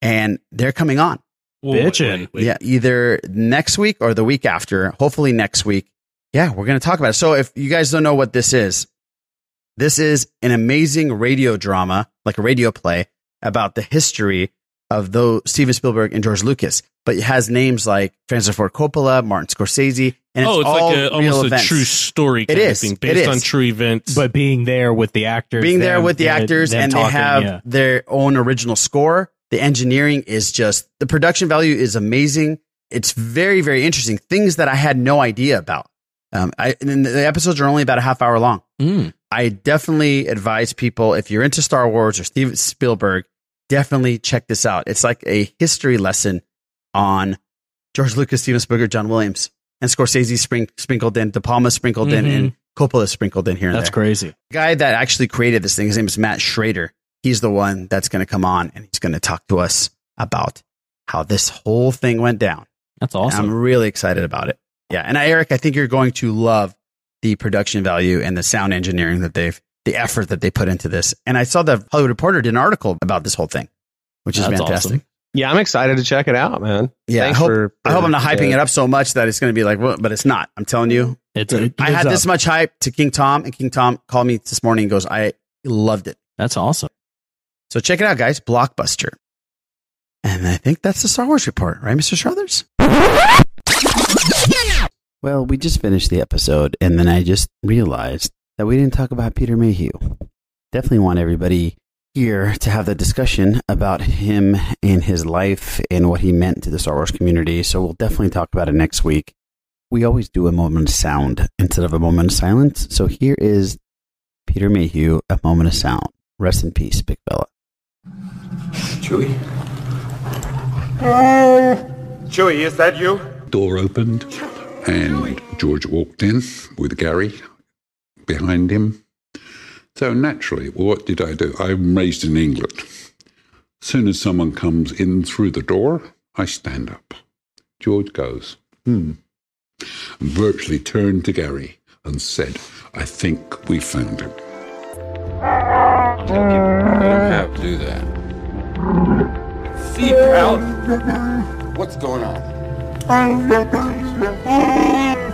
and they're coming on. Whoa, wait, Bitchin'. wait, wait. Yeah, either next week or the week after. Hopefully next week. Yeah, we're going to talk about it. So if you guys don't know what this is, this is an amazing radio drama, like a radio play about the history of those Steven Spielberg and George Lucas. but it has names like Francis Ford Coppola, Martin Scorsese, and it's oh, it's all like a, real almost events. a true story kind It of is. thing It based is. on true events. But being there with the actors, being there them- with the them- actors them and talking, they have yeah. their own original score the engineering is just the production value is amazing it's very very interesting things that i had no idea about um, I, and then the episodes are only about a half hour long Hmm. i definitely advise people if you're into star wars or steven spielberg definitely check this out it's like a history lesson on george lucas steven spielberg john williams and scorsese spring, sprinkled in de palma sprinkled in Mhm. and coppola sprinkled in here and That's there crazy. guy that actually created this thing, his name is Matt Schrader. He's the one that's going to come on and he's going to talk to us about how this whole thing went down. That's And awesome. I'm really excited about it. Yeah. And I, Eric, I think you're going to love the production value and the sound engineering that they've, the effort that they put into this. And I saw the Hollywood Reporter did an article about this whole thing, which is That's fantastic. awesome. Yeah, I'm excited to check it out, man. Yeah, I Thanks hope, for- I hope I'm not for- hyping it up so much that it's going to be like, well, but it's not. I'm telling you, it's it I lives had this up. much hype to King Tom, and King Tom called me this morning and goes, I loved it. That's awesome. So check it out, guys. Blockbuster. And I think that's the Star Wars report, right, Mr. Struthers? Well, we just finished the episode, and then I just realized that we didn't talk about Peter Mayhew. Definitely want everybody here to have the discussion about him and his life and what he meant to the Star Wars community. So we'll definitely talk about it next week. We always do a moment of sound instead of a moment of silence. So here is Peter Mayhew, a moment of sound. Rest in peace, big fella. Chewie? Chewie, is that you? Door opened, and George walked in with Gary behind him. So naturally, what did I do? I'm raised in England. soon as someone comes in through the door, I stand up. George goes, hmm, and virtually turned to Gary and said, I think we found him. I don't have to do that. Seatbelt? What's going on?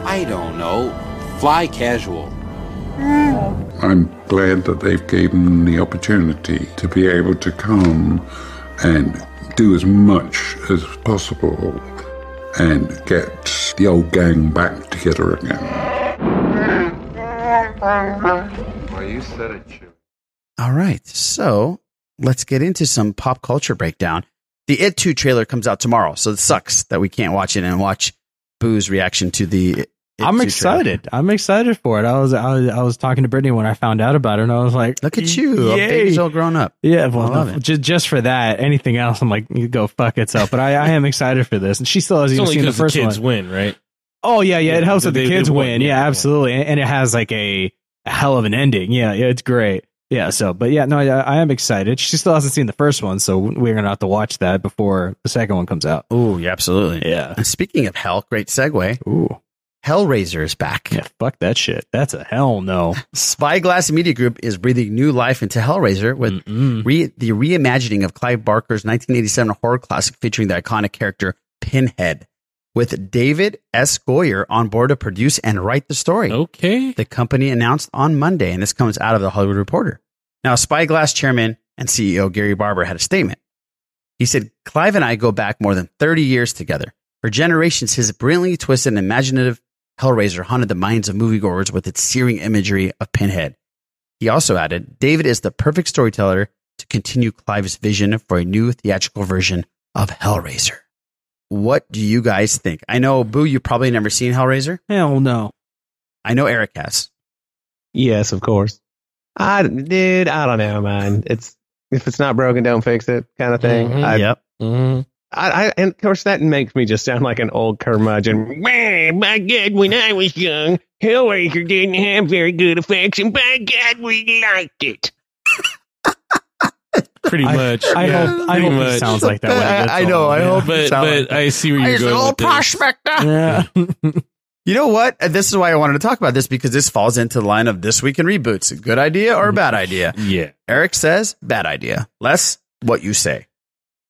I don't know. Fly casual. I'm glad that they've given the opportunity to be able to come and do as much as possible and get the old gang back together again. Well, you said it, Chewie. All right. So let's get into some pop culture breakdown. The It 2 trailer comes out tomorrow. So it sucks that we can't watch it and watch Boo's reaction to the. It I'm 2 excited. I'm excited for it. I was, I was I was talking to Brittany when I found out about it, and I was like, Look at you. A baby's all grown up. Yeah, I love well, just just for that. Anything else, I'm like, you go fuck itself. But I, I am excited for this, and she still hasn't It's even only seen the because the, first kids one. win, right? Oh yeah, yeah, it helps that they- the they kids won, win. Yeah, absolutely, and, and it has like a, a hell of an ending. Yeah, yeah, it's great. Yeah, so but yeah, no, I, I am excited. She still hasn't seen the first one, so we're gonna have to watch that before the second one comes out. Oh yeah, absolutely. Yeah. And speaking of hell, great segue. Ooh. Hellraiser is back. Yeah, fuck that shit. That's a hell no. Spyglass Media Group is breathing new life into Hellraiser Mm. with Mm. re- the reimagining of Clive Barker's 1987 horror classic featuring the iconic character Pinhead, with David S. Goyer on board to produce and write the story. Okay. The company announced on Monday, and this comes out of the Hollywood Reporter. Now, Spyglass chairman and CEO Gary Barber had a statement. He said, Clive and I go back more than 30 years together. For generations, his brilliantly twisted and imaginative Hellraiser haunted the minds of moviegoers with its searing imagery of Pinhead. He also added, David is the perfect storyteller to continue Clive's vision for a new theatrical version of Hellraiser. What do you guys think? I know, Boo, you've probably never seen Hellraiser. Hell no. I know Eric has. Yes, of course. I dude, I don't know, man. It's if it's not broken, don't fix it, kind of thing. Mhm. I, Yep. Mm-hmm. I, I, and of course, that makes me just sound like an old curmudgeon. Man, my God, when I was young, Hellraiser didn't have very good effects, and by God, we liked it. Pretty much. I yeah, hope- I pretty hope it much. sounds like that when it gets I- I know, I home, hope it But, sounds but like I see where I you're just going. an old with this. prospector. Yeah. You know what? Uh, This is why I wanted to talk about this because this falls into the line of this week in reboots. Good idea or bad idea? Yeah. Eric says bad idea. Less what you say.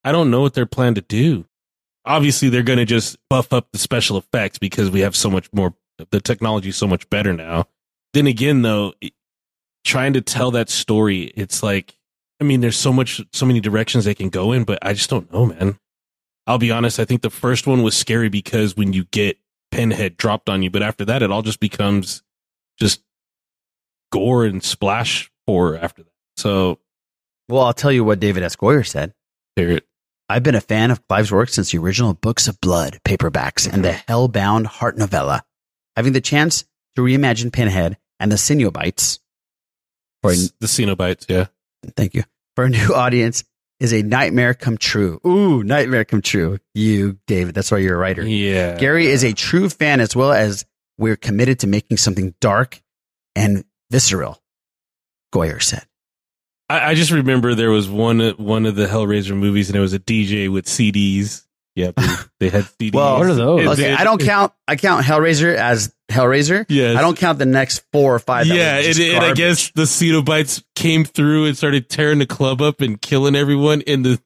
I don't know what they're planning to do. Obviously, they're going to just buff up the special effects because we have so much more. The technology is so much better now. Then again, though, it- trying to tell that story, it's like, I mean, there's so much, so many directions they can go in, but I just don't know, man. I'll be honest, I think the first one was scary because when you get Pinhead dropped on you, but after that, it all just becomes just gore and splash horror after that. So, well, I'll tell you what David S. Goyer said. I've been a fan of Clive's work since the original Books of Blood paperbacks and the Hellbound Heart novella. Having the chance to reimagine Pinhead and the Cynobites, or the Cenobites, yeah. Thank you. For a new audience is a nightmare come true. Ooh, nightmare come true. You, David, that's why you're a writer. Yeah. Gary is a true fan as well as we're committed to making something dark and visceral, Goyer said. I, I just remember there was one one of the Hellraiser movies, and it was a DJ with CDs. Yeah, they, they had CDs. Well, And Okay, then- I don't count. I count Hellraiser as Hellraiser. Yes. I don't count the next four or five. that yeah, was and, just and I garbage. guess the Cenobites came through and started tearing the club up and killing everyone. And the,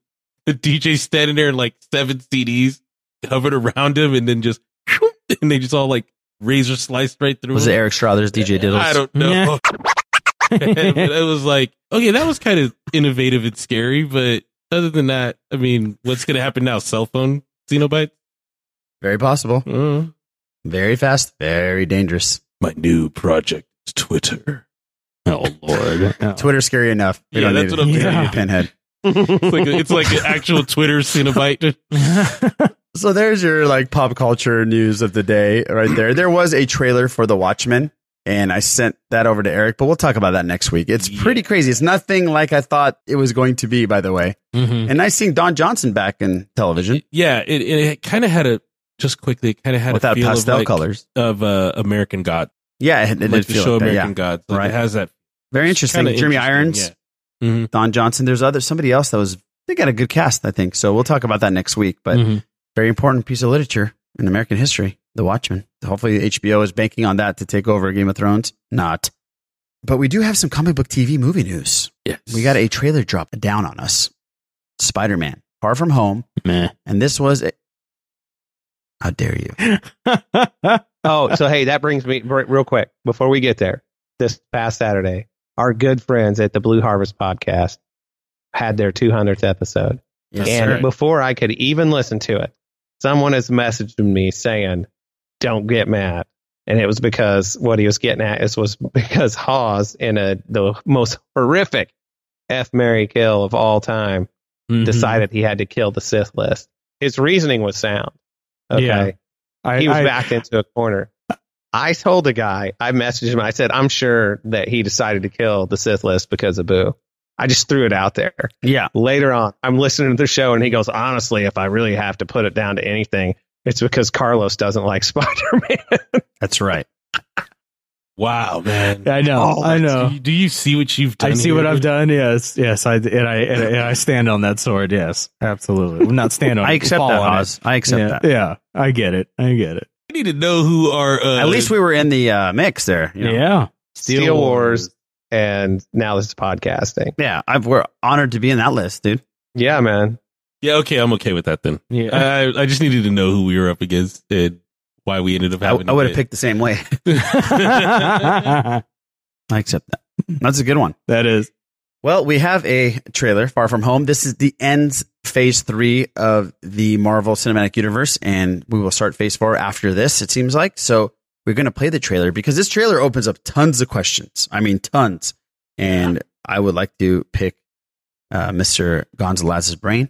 the DJ standing there in like seven CDs hovered around him, and then just and they just all like razor sliced right through. was it him. Eric Struthers, DJ Diddles. I don't know. but I was like, okay, that was kind of innovative and scary, but other than that, I mean, what's going to happen now? Cell phone Xenobites? Uh-huh. Very possible. Very fast. Very dangerous. My new project is Twitter. Oh lord, Twitter's scary enough. We Yeah, don't that's need what I'm we don't thinking. need Pinhead. It's like, it's like an actual Twitter Cenobite. So there's your like pop culture news of the day right there. There was a trailer for The Watchmen, and I sent that over to Eric, but we'll talk about that next week. It's pretty crazy. It's nothing like I thought it was going to be, by the way. Mhm. Mm-hmm. And nice seeing Don Johnson back in television. Yeah, it, it kind of had a just quickly. It kind of had With a that feel pastel of like, colors. of uh, American God. Yeah, it, it like did the feel show like that, American yeah. God. Like, It has that. Very it's interesting. kinda Jeremy interesting, Irons, Mhm. Don Johnson. There's other somebody else that was. They got a good cast, I think. So we'll talk about that next week. But Mhm. very important piece of literature in American history, The Watchmen. Hopefully HBO is banking on that to take over Game of Thrones. Not. But we do have some comic book TV movie news. Yes. We got a trailer drop down on us. Spider Man, Far From Home. And this was. A, how dare you? oh, so hey, that brings me r- real quick before we get there. This past Saturday, our good friends at the Blue Harvest podcast had their 200th episode. Yes, and sir. before I could even listen to it, someone has messaged me saying, "Don't get mad." And it was because what he was getting at is was because Hawes in a the most horrific F Mary kill of all time Mm-hmm. Mm-hmm. decided he had to kill the Sith list. His reasoning was sound. Okay. Yeah. I- he was I- backed into a corner. I told the guy, I messaged him, I said, I'm sure that he decided to kill the Sith list because of Boo. I just threw it out there. Yeah. Later on, I'm listening to the show and he goes, honestly, if I really have to put it down to anything, it's because Carlos doesn't like Spider Man. That's right. Wow, man. Oh, I know. I know. Do you, do you see what you've done? I see what here? I've done. Yes, yes. I and I and, I- and I stand on that sword. Yes, absolutely. Well, not stand on. I it, accept fall that, on it. Oz. I accept Yeah, that. Yeah, I get it. I get it. We need to know who are. Uh, At least we were in the uh, mix there. you know. Yeah. Steel, Wars. and now this is podcasting. Yeah, I've, we're honored to be in that list, dude. Yeah, man. Yeah, okay, I'm okay with that then. Yeah. I, I just needed to know who we were up against and why we ended up I, having. I to would have get- picked the same way. I accept that. That's a good one. That is. Well, we have a trailer, Far From Home. This is the ends phase three of the Marvel Cinematic Universe, and we will start phase four after this, it seems like. So we're going to play the trailer because this trailer opens up tons of questions. I mean, tons. And I would like to pick uh, Mr. Gonzalez's brain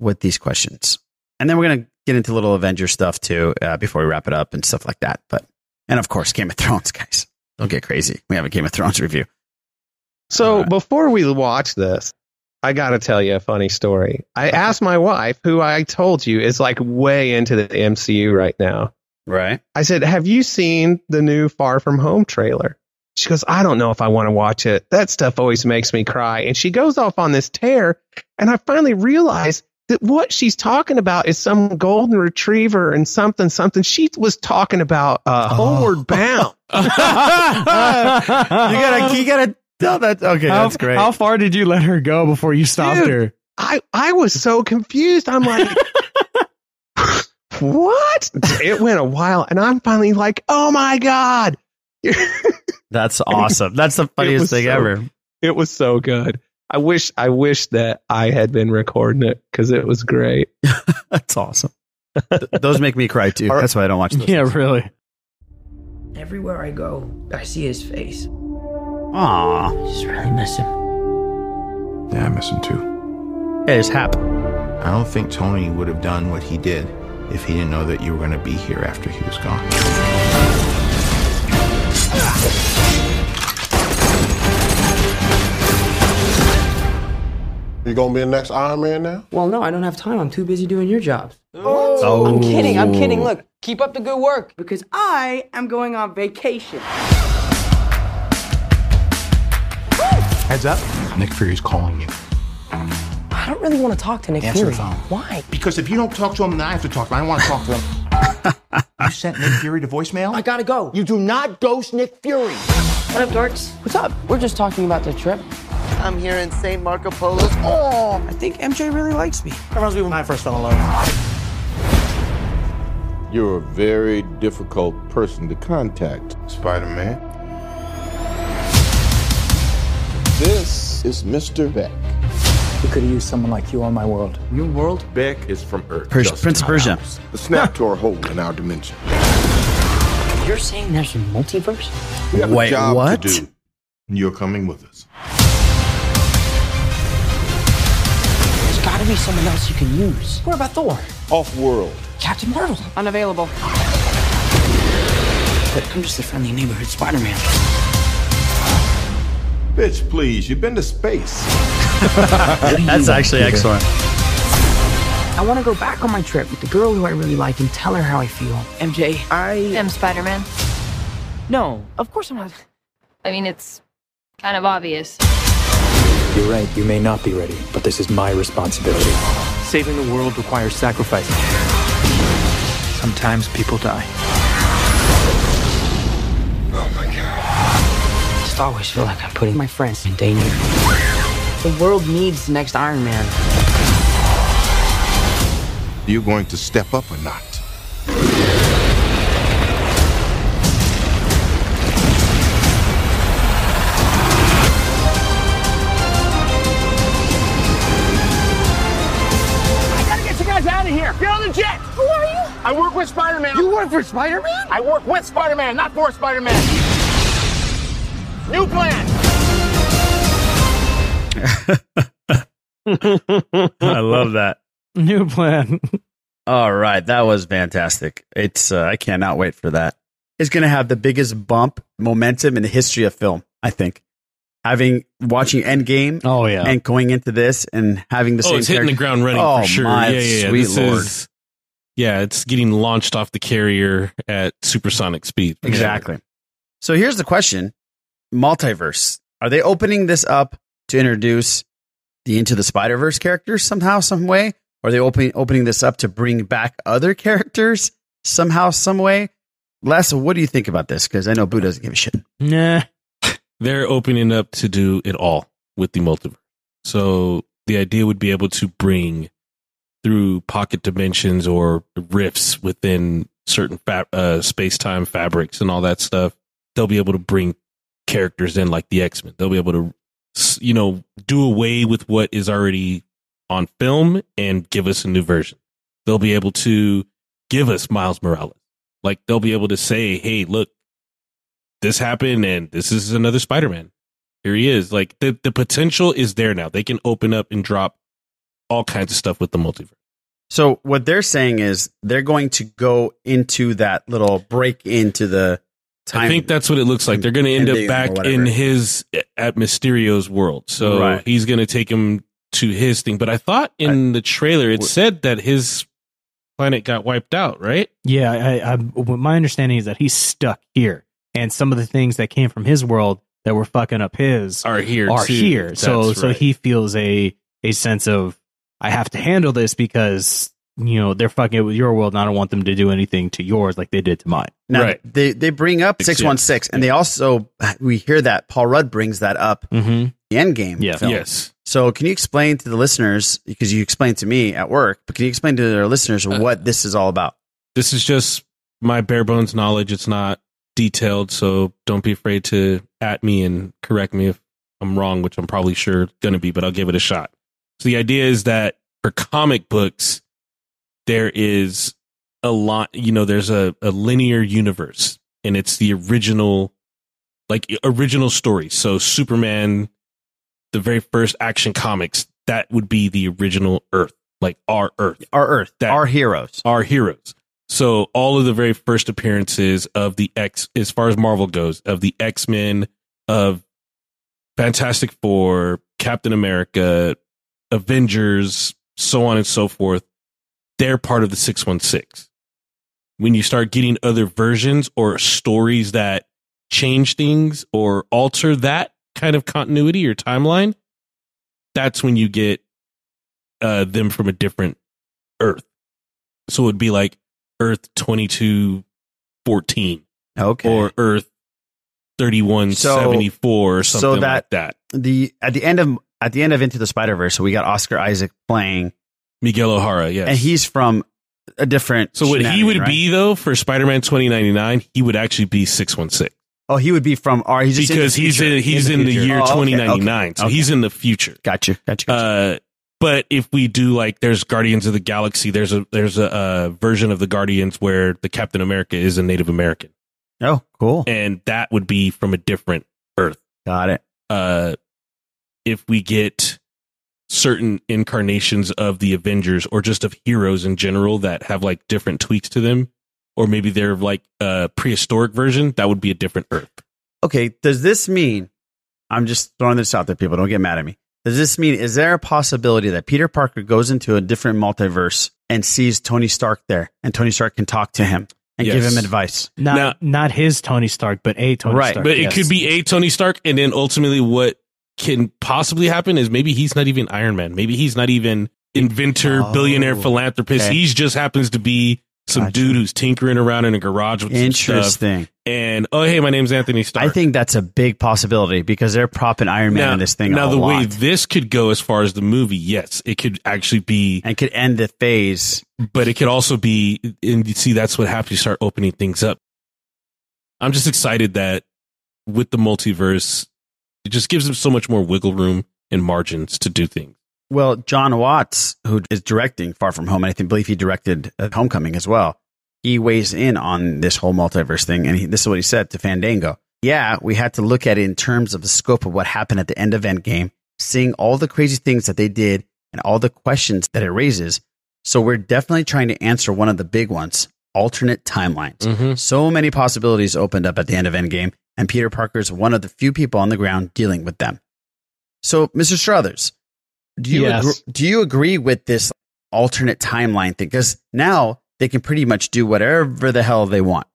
with these questions. And then we're going to get into little Avenger stuff too uh, before we wrap it up and stuff like that. But, and of course, Game of Thrones, guys. Don't get crazy. We have a Game of Thrones review. So before we watch this, I got to tell you a funny story. I asked my wife, who I told you is like way into the MCU right now. Right. I said, Have you seen the new Far From Home trailer? She goes, I don't know if I want to watch it. That stuff always makes me cry. And she goes off on this tear. And I finally realized that what she's talking about is some golden retriever and something, something. She was talking about uh, Homeward Bound. you gotta you gotta tell that okay how, that's great. How far did you let her go before you stopped her? I, I was so confused. I'm like, what? It went a while. And I'm finally like, oh my God. That's awesome. That's the It funniest was thing so- ever. It was so good. I wish I wish that I had been recording it because it was great. That's awesome. Th- those make me cry too. That's why I don't watch those. Yeah, really. Everywhere I go, I see his face. Aw. Just really miss him. Yeah, I miss him too. Hey, it's Hap. I don't think Tony would have done what he did if he didn't know that you were going to be here after he was gone. You gonna be the next Iron Man now? Well, no, I don't have time. I'm too busy doing your jobs. Oh. I'm kidding. I'm kidding. Look, keep up the good work because I am going on vacation. Heads up, Nick Fury's calling you. I don't really want to talk to Nick Answer the Fury. phone. Why? Because if you don't talk to him, then I have to talk to him. I don't want to talk to him. you sent Nick Fury to voicemail? I gotta go. You do not ghost Nick Fury. What up, dorks? What's up? We're just talking about the trip. I'm here in St. Marco Polo. Oh, I think MJ really likes me. That reminds me when I first fell in love. You're a very difficult person to contact, Spider Man. This is Mr. Beck. We could have used someone like you on my world. Your world? Beck is from Earth. Pers- just Prince of ours. Persia. A snap to our hole in our dimension. You're saying there's a multiverse? We have a job to do. You're coming with us. There's gotta be someone else you can use. What about Thor? Off world. Captain Marvel. Unavailable. But I'm just a friendly neighborhood Spider Man. Bitch, please, you've been to space. That's actually excellent. I want to go back on my trip with the girl who I really like and tell her how I feel. MJ, I am Spider Man. No, of course I'm not. I mean, it's kind of obvious. You're right, you may not be ready, but this is my responsibility. Saving the world requires sacrifice. Sometimes people die. I just always feel like I'm putting my friends in danger. The world needs the next Iron Man. You going to step up or not? I gotta get you guys out of here. Get on the jet. Who are you? I work with Spider Man. You work for Spider Man? I work with Spider Man, not for Spider Man. New plan. I love that. New plan. All right, that was fantastic. It's uh, I cannot wait for that. It's going to have the biggest bump momentum in the history of film, I think. Having watching Endgame, oh yeah, and going into this and having the oh, same. it's hitting the character- ground running oh, for sure. My yeah, yeah, yeah. sweet This lord, is- yeah, it's getting launched off the carrier at supersonic speed. exactly. So here's the question: Multiverse. Are they opening this up to introduce the Into the Spider Verse characters somehow, some way? Are they opening opening this up to bring back other characters somehow, some way? Lassa, what do you think about this? Because I know Boo doesn't give a shit. Nah. They're opening up to do it all with the multiverse. So the idea would be able to bring through pocket dimensions or rifts within certain fa- uh, space time fabrics and all that stuff. They'll be able to bring characters in like the X Men. They'll be able to, s- you know, do away with what is already on film and give us a new version. They'll be able to give us Miles Morales. Like they'll be able to say, "Hey, look, this happened and this is another Spider-Man. Here he is. Like the the potential is there now. They can open up and drop all kinds of stuff with the multiverse. So what they're saying is they're going to go into that little break into the time. I think that's what it looks like. They're going to end ending up or back whatever. in his at Mysterio's world. So Right. he's going to take him to his thing. But I thought in the trailer it said that his planet got wiped out, right? Yeah, I, I, what my understanding is that he's stuck here, and some of the things that came from his world that were fucking up his Are here Are too. here. so, That's so right. he feels a a sense of I have to handle this because you know they're fucking with your world, and I don't want them to do anything to yours like they did to mine. Now, they they bring up six one six, and they also we hear that Paul Rudd brings that up Mm-hmm. the end game. Yeah. film. Yes. So can you explain to the listeners because you explained to me at work, but can you explain to their listeners Uh, what this is all about? This is just my bare bones knowledge. It's not detailed, so don't be afraid to at me and correct me if I'm wrong, which I'm probably sure going to be, but I'll give it a shot. So the idea is that for comic books, there is a lot, you know, there's a, a linear universe and it's the original, like original story. So Superman, the very first action comics, that would be the original Earth, like our Earth, our Earth, our heroes, our heroes. So all of the very first appearances of the X, as far as Marvel goes, of the X Men, of Fantastic Four, Captain America, Avengers, so on and so forth, they're part of the 616. When you start getting other versions or stories that change things or alter that kind of continuity or timeline, that's when you get uh, them from a different Earth. So it would be like Earth 2214. Okay. Or Earth 3174 or So- something so that, like that. The at the end of at the end of Into the Spider Verse, we got Oscar Isaac playing Miguel O'Hara, yes. and he's from a different. So what he shenanigan, would right? be though for Spider Man twenty ninety nine, he would actually be six one six Oh, he would be from. Or he's just because he's in he's in the, year twenty ninety nine, so he's in the future. Oh, Gotcha, gotcha. Uh, but if we do like, there's Guardians of the Galaxy. There's a there's a, uh version of the Guardians where the Captain America is a Native American. Oh, cool. And that would be from a different Earth. Got it. Uh, if we get certain incarnations of the Avengers or just of heroes in general that have like different tweaks to them, or maybe they're like a prehistoric version, that would be a different Earth. Okay, does this mean? I'm just throwing this out there, people. Don't get mad at me. Does this mean is there a possibility that Peter Parker goes into a different multiverse and sees Tony Stark there, and Tony Stark can talk to him and give Yes. him advice? Not not his Tony Stark, but a Tony Right, Stark. but yes. it could be a Tony Stark, and then ultimately, what can possibly happen is maybe he's not even Iron Man. Maybe he's not even inventor, Oh, billionaire, philanthropist. okay. He just happens to be some dude who's tinkering around in a garage with Some stuff. Interesting. And oh, hey, my name's Anthony Stark. I think that's a big possibility because they're propping Iron Man in this thing. Now, a the way lot. this could go as far as the movie, yes, it could actually be and could end the phase, but it could also be. And you see, that's what happens. You start opening things up. I'm just excited that with the multiverse, it just gives them so much more wiggle room and margins to do things. Well, John Watts, who is directing Far From Home, and I think believe he directed uh, Homecoming as well. He weighs in on this whole multiverse thing, and he, this is what he said to Fandango. Yeah, we had to look at it in terms of the scope of what happened at the end of Endgame, seeing all the crazy things that they did and all the questions that it raises. So we're definitely trying to answer one of the big ones: alternate timelines. Mm-hmm. So many possibilities opened up at the end of Endgame, and Peter Parker is one of the few people on the ground dealing with them. So, Mr. Struthers, do you Yes. agr- do you agree with this alternate timeline thing? Because now they can pretty much do whatever the hell they want.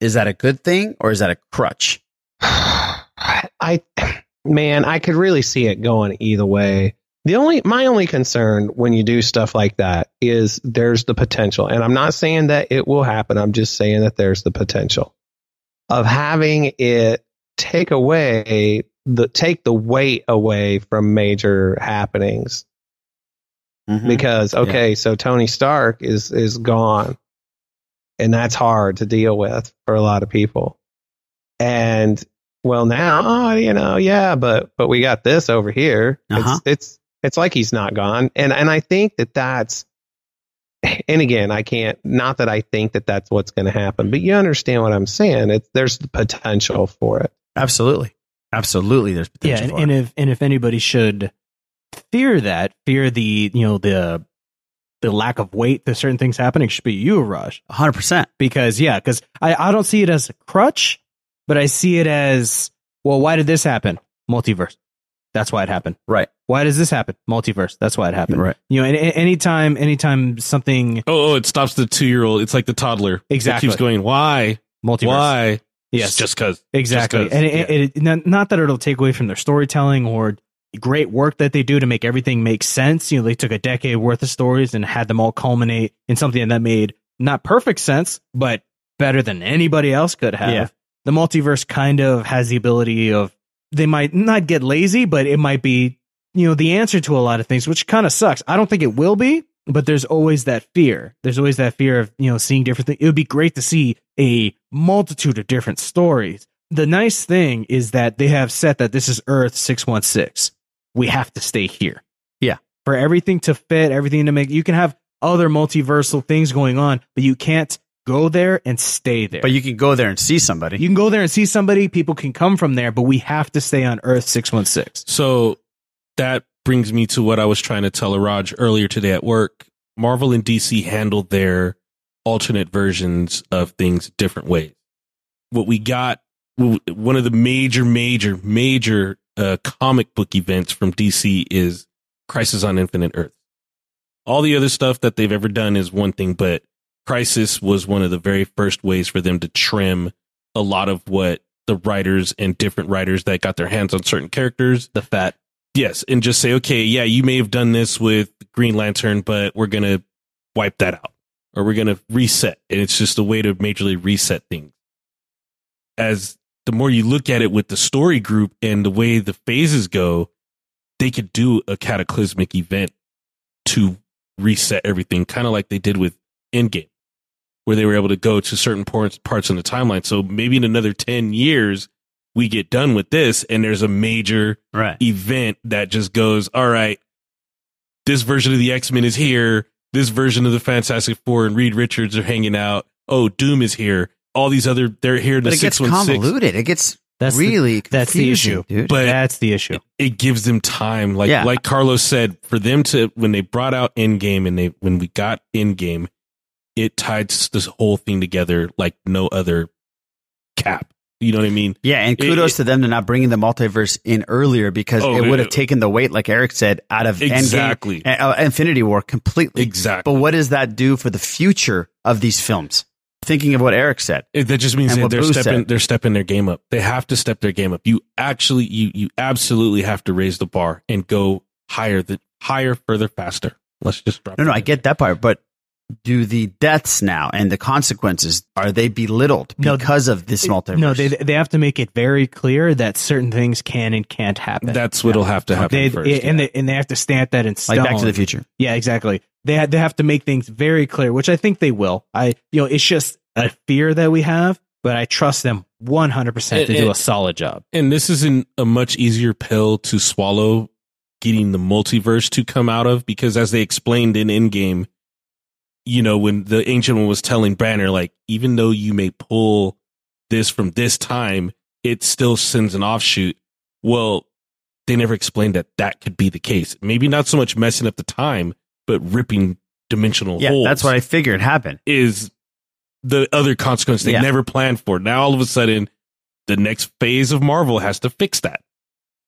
Is that a good thing or is that a crutch? I man, I could really see it going either way. The only my only concern when you do stuff like that is there's the potential, and I'm not saying that it will happen. I'm just saying that there's the potential of having it take away the take the weight away from major happenings Mm-hmm. because okay, so Tony Stark is is gone, and that's hard to deal with for a lot of people. And well, now oh, you know, yeah, but but we got this over here. Uh-huh. It's it's it's like he's not gone, and and I think that that's. And again, I can't. Not that I think that that's what's going to happen, but you understand what I'm saying. It's there's the potential for it. Absolutely, absolutely. There's yeah, potential and, for and it. if and if anybody should fear that, fear the you know the the lack of weight to certain things happening, it should be you, Raj, hundred percent. Because yeah, because I I don't see it as a crutch, but I see it as well. Why did this happen? Multiverse. That's why it happened. Right. Why does this happen? Multiverse. That's why it happened. Right. You know, and, and anytime anytime something Oh, oh it stops the two year old. It's like the toddler. Exactly. It keeps going. Why? Multiverse. Why? Yes. It's Just because. Exactly, and it, it, it- not, not that it'll take away from their storytelling or great work that they do to make everything make sense. You know, they took a decade worth of stories and had them all culminate in something that made not perfect sense, but better than anybody else could have. Yeah. The multiverse kind of has the ability of they might not get lazy, but it might be you know the answer to a lot of things, which kind of sucks. I don't think it will be, but there's always that fear. There's always that fear of you know seeing different things. It would be great to see a multitude of different stories, the nice thing is that they have set that this is Earth 616. We have to stay here. Yeah. For everything to fit, everything to make, you can have other multiversal things going on, but you can't go there and stay there. But you can go there and see somebody. You can go there and see somebody. People can come from there, but we have to stay on Earth 616. So that brings me to what I was trying to tell Raj earlier today at work. Marvel and DC handled their alternate versions of things different ways. What we got, w- one of the major, major, major uh, comic book events from DC is Crisis on Infinite Earth. All the other stuff that they've ever done is one thing, but Crisis was one of the very first ways for them to trim a lot of what the writers and different writers that got their hands on certain characters. The fat. Yes. And just say, okay, yeah, you may have done this with Green Lantern, but we're going to wipe that out or we're going to reset. And it's just a way to majorly reset things. As the more you look at it with the story group and the way the phases go, they could do a cataclysmic event to reset everything, kind of like they did with Endgame, where they were able to go to certain parts parts in the timeline. So maybe in another ten years, we get done with this, and there's a major event that just goes, all right, this version of the X Men is here. This version of the Fantastic Four and Reed Richards are hanging out. Oh, Doom is here. All these other they're here. in But the it gets 616. convoluted. It gets That's the- really that's the confusing, issue. dude. But that's the issue. It, gives them time, like Yeah. like Carlos said, for them to when they brought out Endgame and they when we got Endgame, it tied s- this whole thing together like no other cap. You know what I mean? Yeah, and It- kudos it- to them to not bringing the multiverse in earlier because Oh, it would have it- taken the weight, like Eric said, out of Endgame Exactly. and, uh, Infinity War completely. Exactly. But what does that do for the future of these films? Thinking of what Eric said, it, Eh, that just means and that what they're Boo stepping said. they're stepping their game up. They have to step their game up. You actually you you absolutely have to raise the bar and go higher than higher, further, faster. Let's just drop. No, no, I get that part, but do the deaths now and the consequences are they belittled because of this multiverse? No, they they have to make it very clear that certain things can and can't happen. That's what'll have to happen They, first, and they and they have to stamp that in stone. Like Back to the Future. Yeah, exactly. They ha- they have to make things very clear, which I think they will. I you know it's just a fear that we have, but I trust them one hundred percent to And- do a and- solid job. And this isn't a much easier pill to swallow getting the multiverse to come out of because as they explained in Endgame, you know, when the ancient one was telling Banner, like, even though you may pull this from this time, it still sends an offshoot. Well, they never explained that that could be the case. Maybe not so much messing up the time, but ripping dimensional yeah, holes that's what I figured happened. is the other consequence they Yeah. never planned for. Now all of a sudden, the next phase of Marvel has to fix that,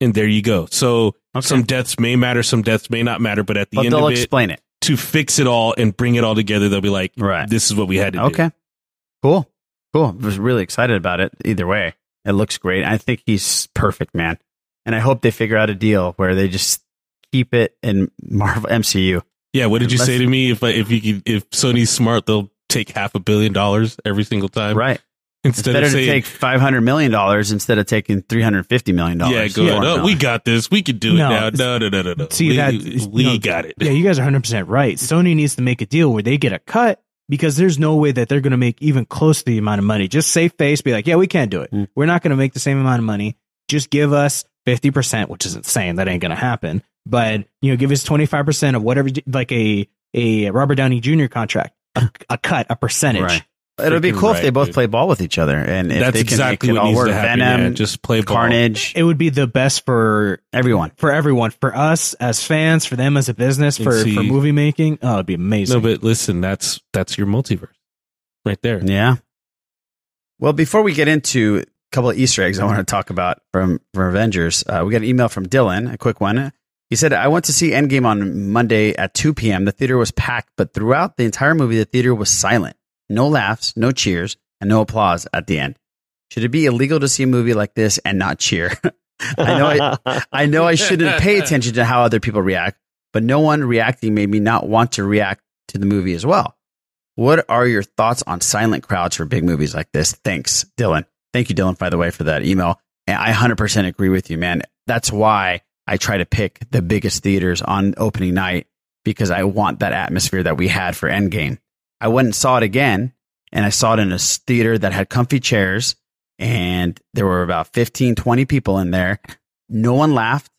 and there you go. So some deaths may matter, some deaths may not matter, but at the But end they'll of it, explain it. to fix it all and bring it all together. They'll be like, right, this is what we had to do. Okay. Cool. Cool. I was really excited about it either way. It looks great. I think he's perfect, man. And I hope they figure out a deal where they just keep it in Marvel MCU. Yeah, what did you Let's- say to me? If I- if you could, if Sony's smart, they'll take half a billion dollars every single time, right? It's Um, Instead better of saying, to take five hundred million dollars instead of taking three hundred fifty million dollars. yeah, go, no, we got this, we could do it No. now. No, no, no, no, no. See we, that we you know, got it. Yeah, you guys are 100 percent right. Sony needs to make a deal where they get a cut because there's no way that they're going to make even close to the amount of money. Just save face, be like, yeah, we can't do it. Mm. We're not going to make the same amount of money. Just give us 50 percent, which is insane. That ain't going to happen. But you know, give us 25 percent of whatever, like a a Robert Downey Jr. contract, a, a cut, a percentage. Right. It'll be cool if they both play ball with each other, and if That's they can exactly make it what all needs work. to happen, Venom, yeah, just play ball. Carnage. It would be the best for everyone, for everyone, for us as fans, for them as a business, And for, see- for movie making. Oh, it'd be amazing. No, but listen, that's that's your multiverse right there. Yeah. Well, before we get into a couple of Easter eggs, I want to talk about from from Avengers. Uh, we got an email from Dylan, a quick one. He said, "I went to see Endgame on Monday at 2 p.m. The theater was packed, but throughout the entire movie, the theater was silent. No laughs, no cheers, and no applause at the end. Should it be illegal to see a movie like this and not cheer? I know, I, I know, I shouldn't pay attention to how other people react, but no one reacting made me not want to react to the movie as well." What are your thoughts on silent crowds for big movies like this? Thanks, Dylan. Thank you, Dylan, by the way, for that email. And I 100% agree with you, man. That's why I try to pick the biggest theaters on opening night because I want that atmosphere that we had for Endgame. I went and saw it again, and I saw it in a s- theater that had comfy chairs and there were about 15, 20 people in there. No one laughed.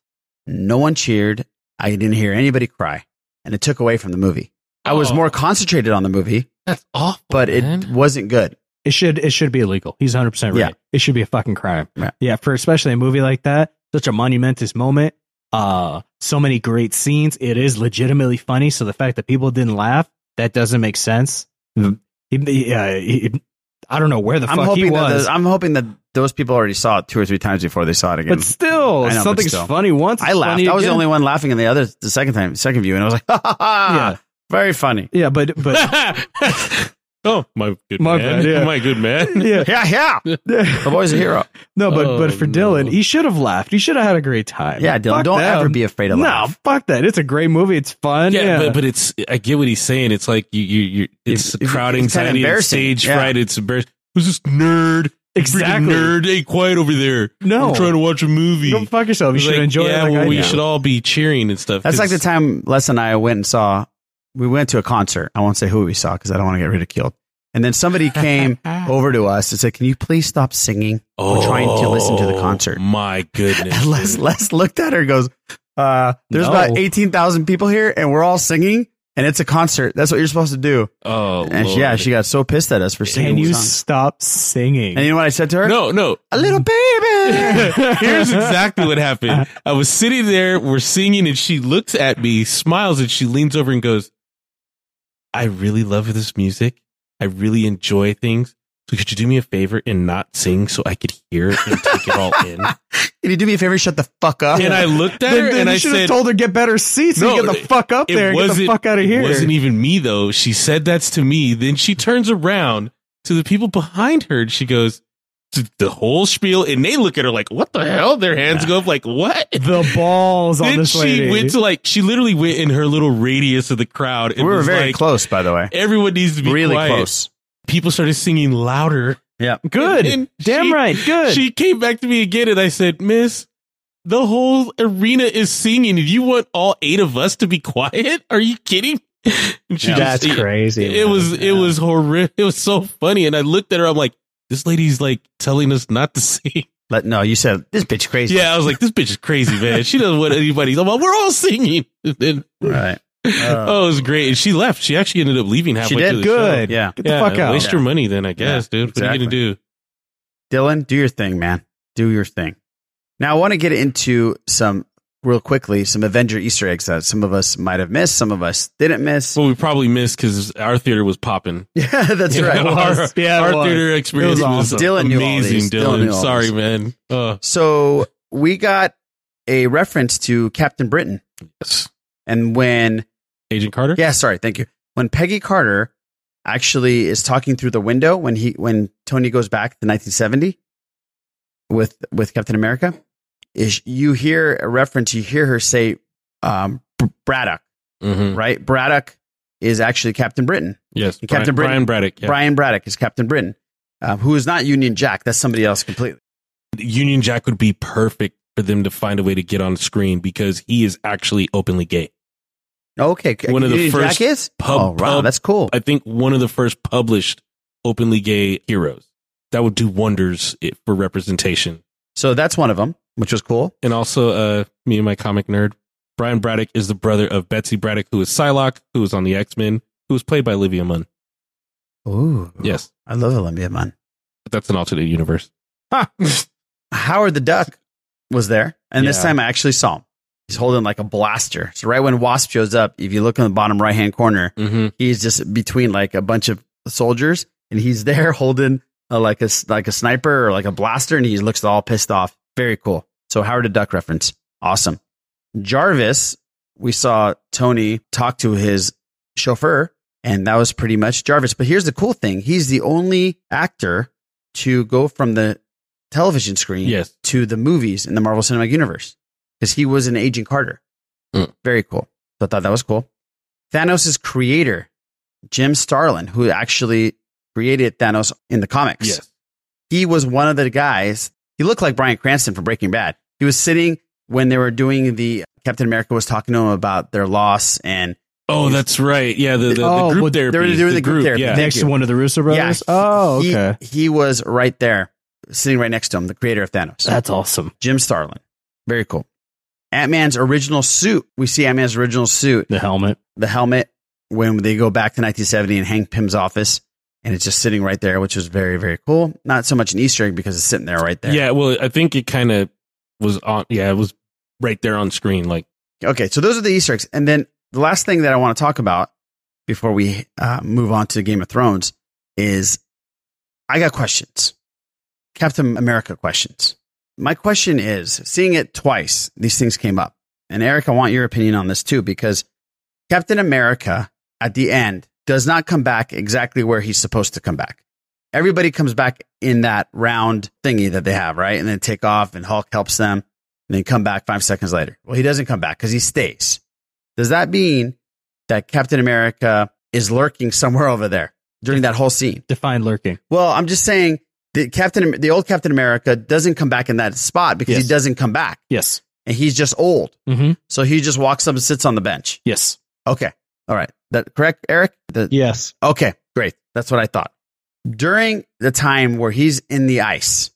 No one cheered. I didn't hear anybody cry. And it took away from the movie. I was Oh. more concentrated on the movie. That's awful. But it wasn't good. It should it should be illegal. He's 100 percent right. Yeah. It should be a fucking crime. Yeah, for especially a movie like that, such a monumentous moment. Uh, so many great scenes. It is legitimately funny. So the fact that people didn't laugh, that doesn't make sense. He- he- uh, he- I don't know where the Mm-hmm. I'm fuck hoping he that was. the- I'm hoping that those people already saw it two or three times before they saw it again. But still, I know, but something's still. funny once. I laughed. I was the only one laughing in the other the second time, second view, and I was like, ha ha ha. Yeah. Very funny. Yeah, but but oh my good My man, bad, yeah. my good man. Yeah. yeah, yeah. the boy's a hero. No, but Oh, but for Dylan, he should have laughed. He should have had a great time. Yeah, Dylan, Fuck don't that. ever be afraid to laugh. No, fuck that. It's a great movie. It's fun. Yeah, Yeah, But, but it's I get what he's saying. It's like you you you it's, the crowd it's kinda anxiety, it's embarrassing. stage Yeah. fright, it's embarrassing. Who's this nerd? Exactly. Freaking nerd, hey, quiet over there. No. I'm trying to watch a movie. Go fuck yourself. You It's should enjoy it yeah, like well, I we do. should all be cheering and stuff. That's like the 'cause- time Les and I went and saw. We went to a concert. I won't say who we saw because I don't want to get ridiculed. And then somebody came over to us and said, "Can you please stop singing? We're trying to listen to the Oh, concert." My goodness. And Les, Les looked at her and goes, uh, "There's No. about eighteen thousand people here, and we're all singing, and it's a concert. That's what you're supposed to do." Oh, and she- yeah, she got so pissed at us for singing. Can you songs. stop singing? and you know what I said to her? No, no. a little baby. Here's exactly what happened. I was sitting there, we're singing, and she looks at me, smiles, and she leans over and goes, I really love this music. I really enjoy things. So could you do me a favor and not sing so I could hear it and take it all in? Can you do me a favor? Shut the fuck up. And I looked at her Then- then and you I should have said, told her get better seats. and get the fuck up it there. and Get the wasn't- fuck out of it here. wasn't e-, even me though. She said that's to me. Then she turns around to the people behind her and she goes "Th- the whole spiel and they look at her like what the hell their hands go up like what the balls on then this she lady. went to like she literally went in her little radius of the crowd and we were was very like, close, by the way. everyone needs to be Really quiet. close. people started singing louder Yeah. Good. Damn right. Good. she came back to me again and I said, Miss, the whole arena is singing. And you want all eight of us to be quiet? Are you kidding? And she Yeah. That's it- crazy, It, was it was horrific. It was so funny. And I looked at her, I'm like, this lady's like telling us not to sing. Let, no, you said this bitch crazy. Yeah, I was like, this bitch is crazy, man. She doesn't want anybody. I'm like, we're all singing. And then- Right. oh, it was great. And she left. She actually ended up leaving halfway Uh, did? through the Good. show. Yeah. Get the fuck out. Waste your Yeah. money then, I guess, Yeah, dude. What are you exactly. gonna do? Dylan, do your thing, man. Do your thing. Now, I want to get into some real quickly some Avenger Easter eggs that some of us might have missed, some of us didn't miss. Well, we probably missed because our theater was popping. Yeah, that's Yeah, right. it was. Yeah, it Our was. theater experience was Dylan knew all amazing, these. Dylan. knew all Sorry, these. man. Uh, So we got a reference to Captain Britain. Yes. And when Agent Carter? Yeah, sorry, thank you. When Peggy Carter actually is talking through the window when he when Tony goes back to 1970 with with Captain America, is you hear a reference, you hear her say um, Br- Braddock, Mm. right? Braddock is actually Captain Britain. Mm-hmm. Yes, And Brian- Captain Brian Britain. Braddock, yeah. Brian Braddock is Captain Britain, um, who is not Union Jack. That's somebody else completely. Union Jack would be perfect for them to find a way to get on screen because he is actually openly gay. Okay, One of the Union first Jack is. pub, oh, wow, pub- that's cool. I think one of the first published openly gay heroes that would do wonders i- for representation. So that's one of them, which was cool. And also, uh, me and my comic nerd, Brian Braddock is the brother of Betsy Braddock, who is Psylocke, who was on the X Men, who was played by Olivia Munn. Ooh, Yes, I love Olympia Man. that's an alternate universe. Ha! Howard the Duck was there, and this Yeah. time I actually saw him. He's holding like a blaster. So right when Wasp shows up, if you look in the bottom right hand corner, Mm-hmm. he's just between like a bunch of soldiers, and he's there holding uh like a s- like a sniper or like a blaster, and he looks all pissed off. Very cool. So Howard the Duck reference, awesome. Jarvis, we saw Tony talk to his chauffeur, and that was pretty much Jarvis. But here's the cool thing: he's the only actor to go from the television screen Yes. to the movies in the Marvel Cinematic Universe because he was an Agent Carter. Very cool. So I thought that was cool. Thanos' creator, Jim Starlin, who actually created Thanos in the comics. Yes. He was one of the guys. He looked like Brian Cranston from Breaking Bad. He was sitting when they were doing the Captain America was talking to him about their loss and Oh, that's right. Yeah, the, the, the Oh, group well, they were therapy. doing the group therapy. Yeah. Thank Next you. to one of the Russo brothers. Yeah, oh, he- okay. He, was right there. sitting right next to him, the creator of Thanos. That's awesome. Jim Starlin. Very cool. Ant Man's original suit. We see Ant Man's original suit. The helmet. The helmet when they go back to 1970 and Hank Pym's office. And it's just sitting right there, which was very, very cool. Not so much an Easter egg because it's sitting there right there. Yeah, well, I think it kind of was on. Yeah, it was right there on screen. Like, Okay, so those are the Easter eggs. And then the last thing that I want to talk about before we uh, move on to Game of Thrones is I got questions. Captain America questions. My question is seeing it twice, these things came up. And Eric, I want your opinion on this too, because Captain America at the end does not come back exactly where he's supposed to come back. Everybody comes back in that round thingy that they have, right? And then take off, and Hulk helps them, and then come back five seconds later. Well, he doesn't come back because he stays. Does that mean that Captain America is lurking somewhere over there during that whole scene? Define lurking. Well, I'm just saying the Captain, the old Captain America doesn't come back in that spot because he Yes. doesn't come back. Yes. And he's just old. Mm-hmm. So he just walks up and sits on the bench. Yes. Okay. All right. That correct, Eric? The- yes. Okay. Great. That's what I thought. During the time where he's in the ice,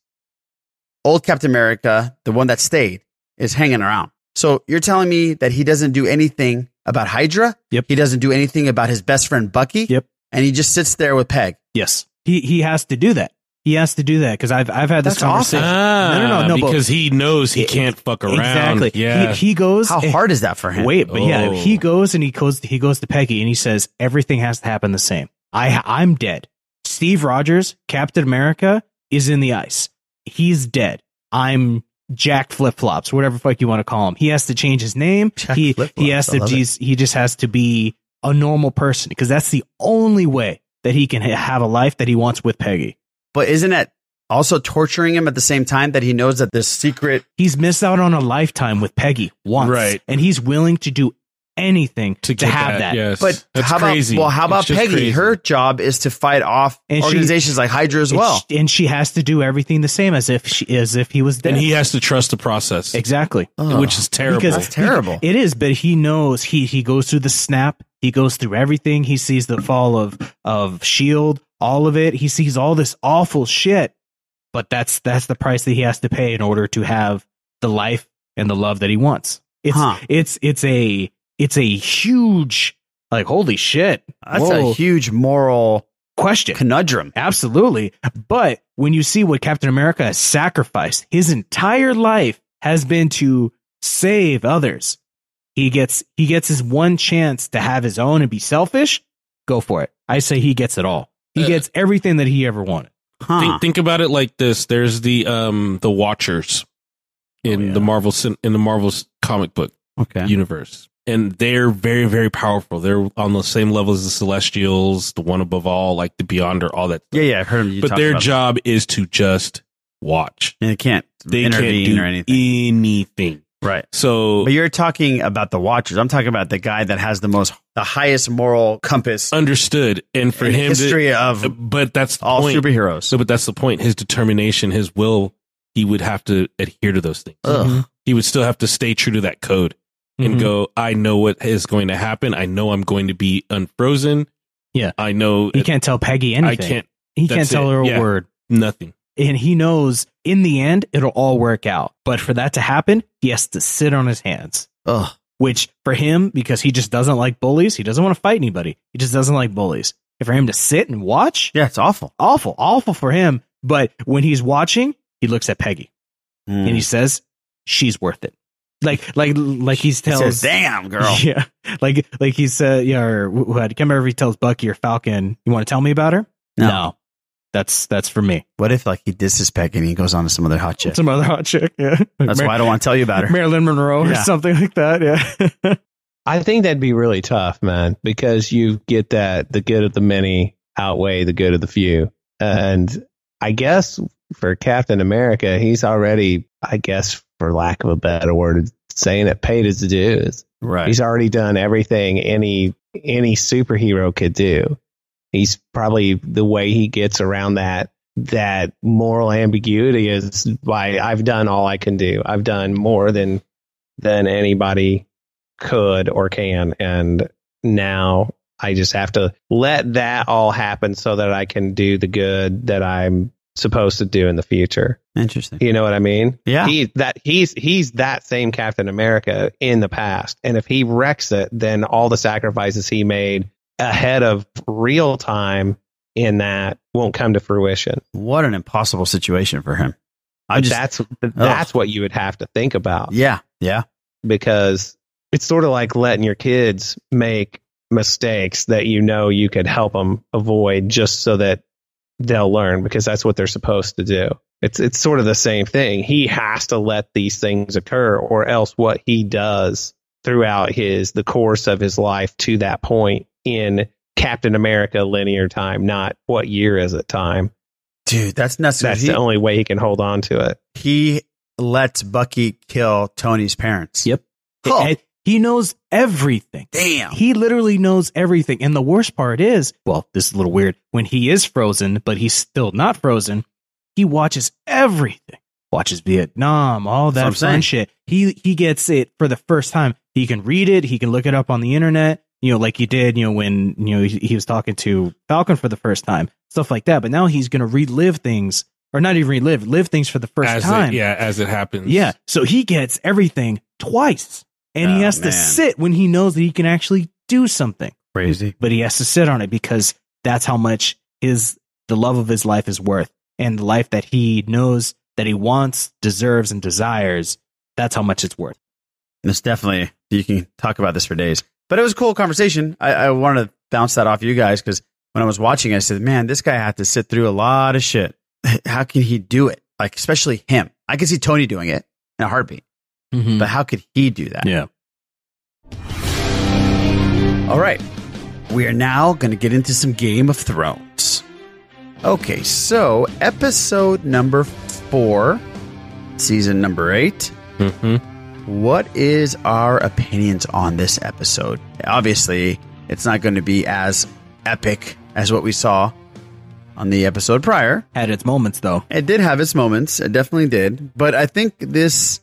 old Captain America, the one that stayed, is hanging around. So you're telling me that he doesn't do anything about Hydra? Yep. He doesn't do anything about his best friend Bucky? Yep. And he just sits there with Peg. Yes. He he has to do that. He has to do that because I've I've had this That's awesome. conversation. no, no, no, no, but- because he knows he can't fuck around. Exactly. Yeah. He, he goes. How hard is that for him? Wait, but yeah, Oh. he goes and he goes. He goes to Peggy and he says everything has to happen the same. I I'm dead. Steve Rogers, Captain America, is in the ice. He's dead. I'm Jack Flip Flops, whatever fuck you want to call him. He has to change his name. he he has I to love it. just, he just has to be a normal person because that's the only way that he can ha- have a life that he wants with Peggy. But isn't that also torturing him at the same time that he knows that this secret He's missed out on a lifetime with Peggy once, Right. And he's willing to do anything to, get have that, that. yes. But That's how about crazy. well? How It's about just Peggy? crazy. Her job is to fight off And she- organizations like Hydra as And well. she- and she has to do everything the same as if she as if he was dead. and he has to trust the process, exactly, Oh, which is terrible. Because It is, but he knows he he goes through the snap. He goes through everything. He sees the fall of of Shield, E all of it. He sees all this awful shit. But that's that's the price that he has to pay in order to have the life and the love that he wants. It's Huh. it's it's a it's a huge like holy shit. That's Whoa. a huge moral question conundrum. Absolutely. But when you see what Captain America has sacrificed, his entire life has been to save others. He gets he gets his one chance to have his own and be selfish. Go for it. I say he gets it all. He gets everything that he ever wanted. Think, think about it like this: There's the um the Watchers Oh, in the Marvel cin- in the Marvel's comic book Okay. universe, and they're very very powerful. They're on the same level as the Celestials, the one above all, like the Beyonder, all that. Yeah, yeah, I heard him. You but talk their about job is to just watch. that. And they can't They intervene can't do e-, or anything. anything. Right. So But you're talking about the Watchers. I'm talking about the guy that has the most, the highest moral compass. understood, and for In him, history to, of but that's the all point. superheroes. So, but that's the point. His determination, his will, he would have to adhere to those things. Ugh. He would still have to stay true to that code Mm-hmm. and Mhm. go. I know what is going to happen. I know I'm going to be unfrozen. Yeah. I know. He can't tell Peggy I anything. can't- He that's can't tell it. her a Yeah. word. Nothing. And he knows in the end it'll all work out. But for that to happen, he has to sit on his hands. Ugh. Which for him, because he just doesn't like bullies, he doesn't want to fight anybody. He just doesn't like bullies. And for him to sit and watch, yeah, it's awful, awful, awful for him. But when he's watching, he looks at Peggy Mm. and he says, "She's worth it." Like, like, like he's He tells, says, "Damn, girl." yeah, like, like he said, yeah, or wh- wh- I can't remember if he tells Bucky or Falcon, "You want to tell me about her?" No. that's that's for me. What if like he disses Peg and he goes on to some other hot chick? Some other hot chick, yeah. That's why I don't want to tell you about her. Marilyn Monroe or Yeah. something like that. Yeah. I think that'd be really tough, man, because you get that the good of the many outweigh the good of the few. And I guess for Captain America, he's already, I guess, for lack of a better word, of saying it paid his dues. Right. He's already done everything any any superhero could do. He's probably the way he gets around that that moral ambiguity is by I've done all I can do. I've done more than than anybody could or can and now I just have to let that all happen so that I can do the good that I'm supposed to do in the future. Interesting. You know what I mean? Yeah. He that he's he's that same Captain America in the past. And if he wrecks it, then all the sacrifices he made ahead of real time in that won't come to fruition. What an impossible situation for him. I just Oh. that's that's what you would have to think about. Yeah. Yeah. Because it's sort of like letting your kids make mistakes that you know you could help them avoid just so that they'll learn because that's what they're supposed to do. It's it's sort of the same thing. He has to let these things occur or else what he does throughout his the course of his life to that point in Captain America linear time, not what year is it time. Dude, that's nuts. That's He- the only way he can hold on to it. He lets Bucky kill Tony's parents. Oh, Yep. And He knows everything. Damn. He literally knows everything. And the worst part is, well, this is a little weird. When he is frozen, but he's still not frozen, he watches everything. Watches Vietnam, all That's what I'm that saying. fun shit. He he gets it for the first time. He can read it. He can look it up on the internet. You know, like he did. You know, when you know he, he was talking to Falcon for the first time, stuff like that. But now he's gonna relive things, or not even relive, live things for the first as time. It, yeah, as it happens. Yeah. So he gets everything twice. And he Oh, has man. to sit when he knows that he can actually do something. Crazy. But he has to sit on it because that's how much his the love of his life is worth. And the life that he knows that he wants, deserves, and desires, that's how much it's worth. It's definitely, you can talk about this for days. But it was a cool conversation. I, I wanted to bounce that off you guys because when I was watching, I said, man, this guy had to sit through a lot of shit. How can he do it? Like, especially him. I could see Tony doing it in a heartbeat, but how could he do that? Yeah. All right. We are now going to get into some Game of Thrones. Okay, so episode number four, season number 8 Mm-hmm. What is our opinions on this episode? Obviously, it's not going to be as epic as what we saw on the episode prior. Had its moments, though. It did have its moments. It definitely did. But I think this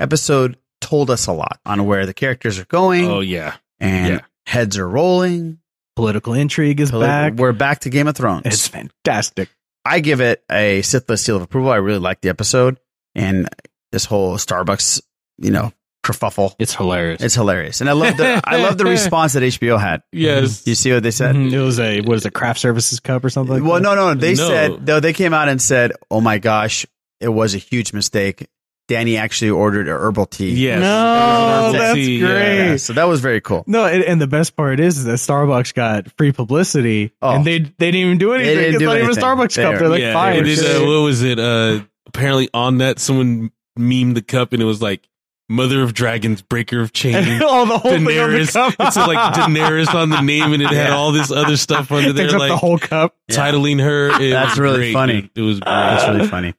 episode told us a lot on where the characters are going. Oh yeah. And Yeah. heads are rolling. Political intrigue is back. We're back to Game of Thrones. It's fantastic. I give it a Sithless seal of approval. I really like the episode and this whole Starbucks, you know, kerfuffle. It's hilarious. It's hilarious. And I love the I love the response that HBO had. Yes. You see what they said? Mhm. It was a what is it, craft services cup or something? Like Well, that? no, no. They No. said though they came out and said, "Oh my gosh, it was a huge mistake." Danny actually ordered a herbal tea. Yes. No, Herbal that's tea, great. so that was very cool. No, and, and the best part is, that Starbucks got free publicity, and they they didn't even do anything. Oh. didn't It's do not even a anything. Starbucks cup. They're like, yeah, fine. It is, shit. uh, what was it? Uh, apparently on that someone memed the cup and it was like Mother of Dragons, Breaker of Chains, Oh, the whole thing on the Daenerys. cup. it's like Daenerys on the name and it had Yeah. all this other stuff under there, Takes up like the whole cup. titling her. It That's was really great, funny. dude. It was great. That's really funny.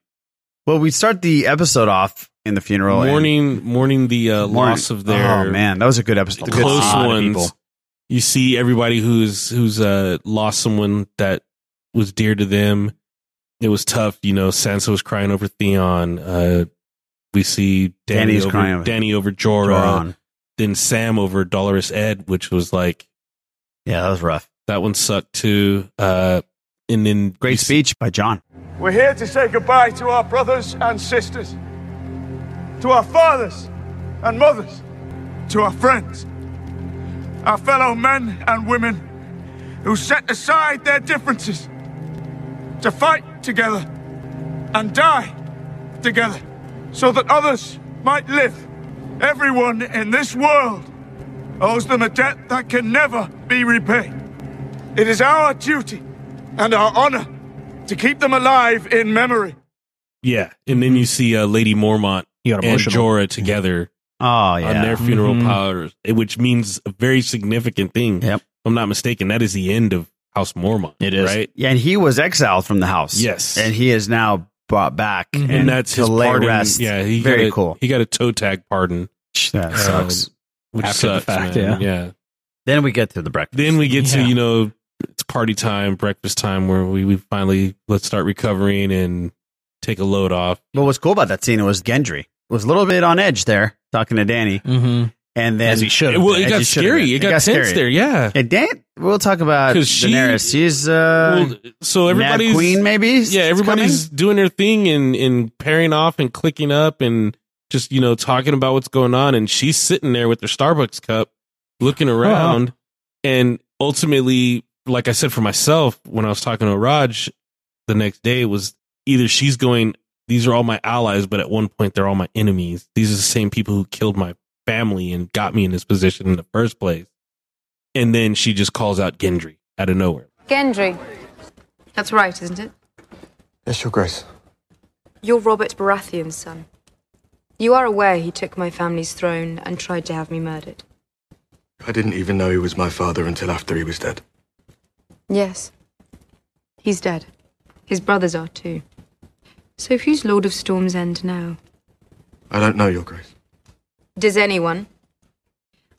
Well, we start the episode off in the funeral and- Mourning, mourning the uh, Mourning- loss of their Oh man, that was a good episode. the Good close scene. ones. People. You see everybody who's who's uh, lost someone that was dear to them. It was tough, you know. Sansa was crying over Theon. Uh, we see Danny Danny's over, crying over- Danny over Jorah. Joran. Then Sam over Dolores Ed, which was like, yeah, that was rough. That one sucked too. Uh, and then great speech by John. We're here to say goodbye to our brothers and sisters, to our fathers and mothers, to our friends, our fellow men and women who set aside their differences to fight together and die together so that others might live. Everyone in this world owes them a debt that can never be repaid. It is our duty and our honor to keep them alive in memory. yeah, and then Mm-hmm. you see uh, Lady Mormont got and emotional. Jorah together. Oh on yeah. their funeral Mhm. pyre, which means a very significant thing. Yep. If I'm not mistaken, that is the end of House Mormont. It is right. Yeah, and he was exiled from the house. Yes. Mm-hmm. and he is now brought back, And, that's to his lay pardon. rest. Yeah, he very got a, cool. He got a toe tag pardon. That Um, sucks. which After the sucks, fact, man. yeah. yeah. Then we get to the breakfast. Then we get to Yeah. you know it's party time, breakfast time, where we, we finally let's start recovering and take a load off. But what's cool about that scene was Gendry was a little bit on edge there talking to Danny, Mm-hmm. and then As he should have Well, it been. got scary. It got tense there, yeah. And Dan, we'll talk about 'Cause she- Daenerys. She's uh, Well, so everybody's Mad Queen, maybe. Yeah, everybody's doing their thing and and pairing off and clicking up and just you know talking about what's going on. And she's sitting there with her Starbucks cup, looking around, and ultimately, like I said for myself when I was talking to Raj the next day, was either she's going, these are all my allies, but at one point they're all my enemies. These are the same people who killed my family and got me in this position in the first place. And then she just calls out Gendry out of nowhere. Gendry. That's right, isn't it? Yes, Your Grace. You're Robert Baratheon's son. You are aware he took my family's throne and tried to have me murdered. I didn't even know he was my father until after he was dead. Yes. He's dead. His brothers are too. So who's Lord of Storm's End now? I don't know, Your Grace. Does anyone?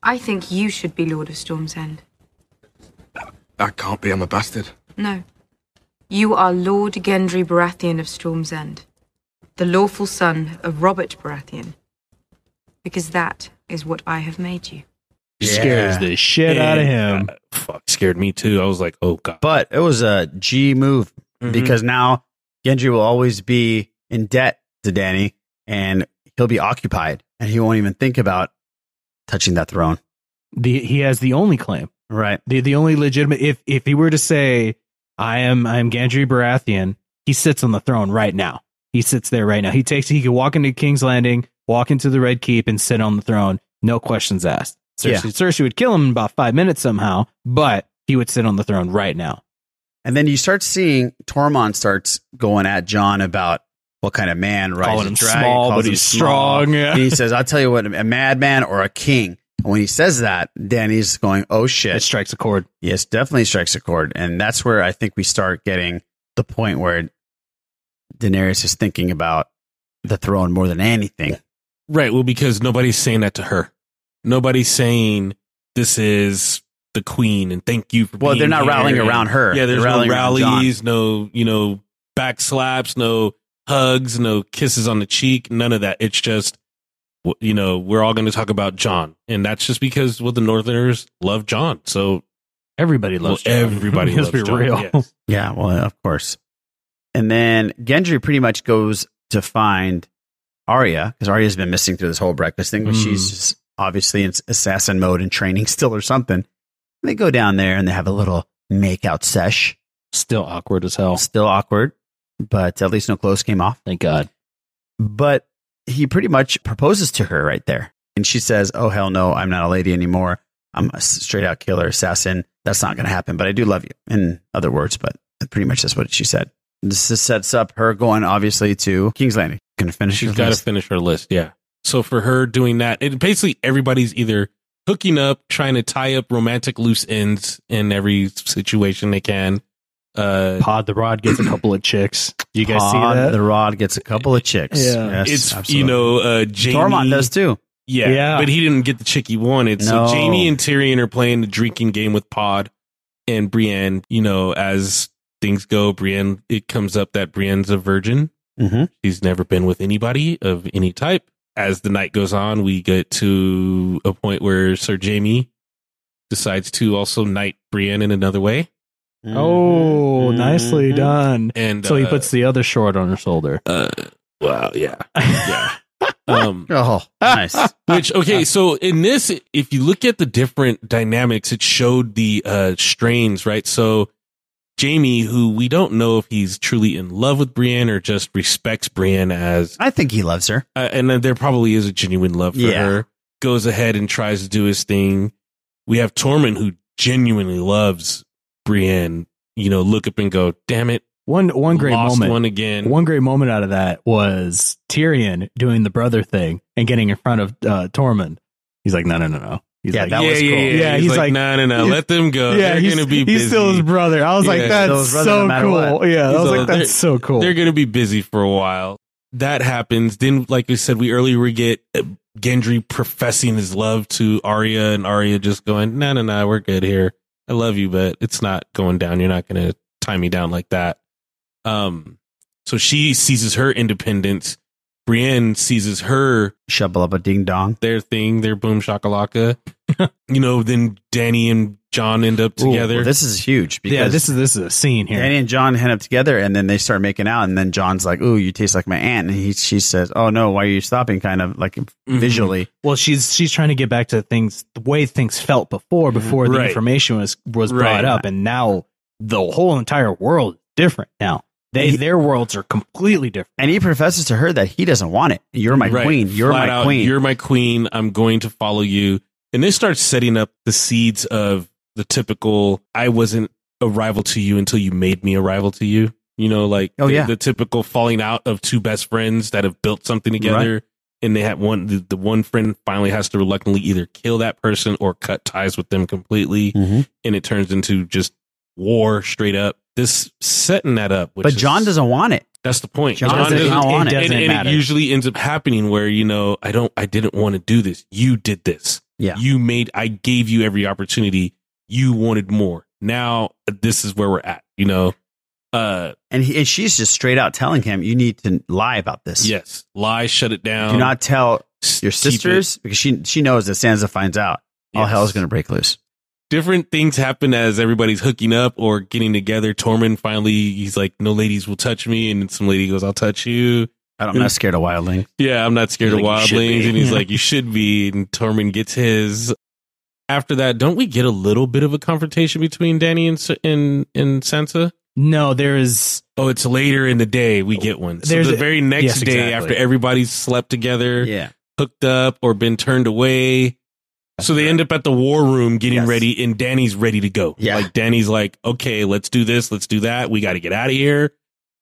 I think you should be Lord of Storm's End. I can't be, I'm a bastard. No. You are Lord Gendry Baratheon of Storm's End, the lawful son of Robert Baratheon. Because that is what I have made you. Scares the shit out of him. fuck, scared me too. I was like, oh god. But it was a G move Mm-hmm. Mhm. because now Genji will always be in debt to Danny and he'll be occupied and he won't even think about touching that throne. the he has the only claim. Right. The the only legitimate if if he were to say I am I am Gandry Baratheon, he sits on the throne right now. He sits there right now. He takes he could walk into King's Landing, walk into the Red Keep and sit on the throne, no questions asked. Cersei, Yeah. Cersei would kill him in about 5 minutes somehow, but he would sit on the throne right now. And then you start seeing Tormund starts going at John about what kind of man rises Calling him dragon, small, calls but him he's small. strong, yeah. And he says, "I'll tell you what, a madman or a king." And when he says that, Danny's going, "Oh shit!" It strikes a chord. Yes, definitely strikes a chord, and that's where I think we start getting the point where Daenerys is thinking about the throne more than anything. Right. Well, because nobody's saying that to her. Nobody's saying this is the queen and thank you for Well, being they're not here." rallying And, around her. Yeah, there's They're no rallying around rallies, no, you know, back slaps, no hugs, no kisses on the cheek, none of that. It's just w- you know, we're all going to talk about John. And that's just because well the northerners love John. So everybody loves well, Jon. everybody Let's loves be Jon, real. yes. Yeah, well, of course. And then Gendry pretty much goes to find Arya because Arya's been missing through this whole breakfast thing, but Mm. she's just obviously in assassin mode and training still or something. And they go down there and they have a little makeout sesh. Still awkward as hell. Still awkward, but at least no clothes came off. Thank God. But he pretty much proposes to her right there. And she says, Oh, hell no, I'm not a lady anymore. I'm a straight out killer, assassin. That's not going to happen, but I do love you. In other words, but pretty much that's what she said. This is- sets up her going, obviously, to King's Landing. Going to finish She's her got to list. finish her list. Yeah. So for her doing that, it basically everybody's either hooking up, trying to tie up romantic loose ends in every situation they can. Uh, Pod the Rod gets a couple of chicks. You guys see Pod that? The Rod gets a couple of chicks. Yeah. Yes, it's absolutely. you know uh, Jamie Tormund does too. Yeah, Yeah. but he didn't get the chick he wanted. No. So Jamie and Tyrion are playing the drinking game with Pod and Brienne. You know, as things go, Brienne it comes up that Brienne's a virgin. Mhm. She's never been with anybody of any type. As the night goes on, we get to a point where Sir Jamie decides to also knight Brienne in another way. Oh, nicely Mhm. done. And, so he uh, puts the other short on her shoulder. Uh, wow, yeah. Yeah. Um, oh, nice. Which okay, Uh, so in this, if you look at the different dynamics, it showed the uh, strains, right? So Jamie, who we don't know if he's truly in love with Brienne or just respects Brienne as, I think he loves her, uh, and then there probably is a genuine love for Yeah. her. Goes ahead and tries to do his thing. We have Tormund, who genuinely loves Brienne. You know, look up and go, damn it, One one great Lost moment. one again. One great moment out of that was Tyrion doing the brother thing and getting in front of uh, Tormund. He's like, no, no, no, no. He's like, Yeah, yeah. he's, like, no, no, no, he's- let them go. Yeah, They're he's- gonna be busy. he's still his brother. I was like, that's Still his brother, so no matter cool. what. Yeah, I He's was all- like, that's they're- so cool. They're gonna be busy for a while. That happens. Then, like we said, we earlier we get uh, Gendry professing his love to Arya, and Arya just going, "No, no, no, we're good here. I love you, but it's not going down. You're not gonna tie me down like that." Um, so she seizes her independence Brienne seizes her shabalaba ding dong, their thing, their boom shakalaka. you know, then Danny and John end up together. well, this is huge because yeah, this is this is a scene here. Danny and John head up together, and then they start making out, and then John's like, "Ooh, you taste like my aunt," and he she says, "Oh no, why are you stopping?" Kind of like Mm-hmm. visually. Well, she's she's trying to get back to things the way things felt before before the Right. information was was Right. brought up, and now the whole entire world is different now. They their worlds are completely different. And he professes to her that he doesn't want it. You're my Right. queen. You're Flat my out, queen. You're my queen. I'm going to follow you. And this starts setting up the seeds of the typical I wasn't a rival to you until you made me a rival to you. You know, like Oh, the, yeah. the typical falling out of two best friends that have built something together Right. and they have one the, the one friend finally has to reluctantly either kill that person or cut ties with them completely and it turns into just war straight up. This setting that up, which but is- John doesn't want it. that's the point. John does doesn't- not want it. and- Doesn't and matter. it usually ends up happening where you know I don't, I didn't want to do this. You did this. Yeah. You made. I gave you every opportunity. You wanted more. Now this is where we're at. You know. Uh. And he, and she's just straight out telling him, "You need to lie about this. Yes. Lie. Shut it down. Do not tell keep your it- sisters because she she knows that Sansa finds out. All Yes. hell is going to break loose. different things happen as everybody's hooking up or getting together. Tormund finally, he's like, "No ladies will touch me," and some lady goes, "I'll touch you." I don't- I'm not scared of wildling. Yeah, I'm not scared He's of like, "You should wildlings, be. and he's Yeah. like, "You should be." And Tormund gets his. After that, don't we get a little bit of a confrontation between Danny and S- and and Sansa? No, there is. Oh, it's later in the day we get one. So There's the a- very next yes, day, exactly. after everybody's slept together, yeah, hooked up, or been turned away, so they end up at the war room getting ready, and Danny's ready to go. Yeah. Like Danny's like, okay, let's do this, let's do that. We got to get out of here.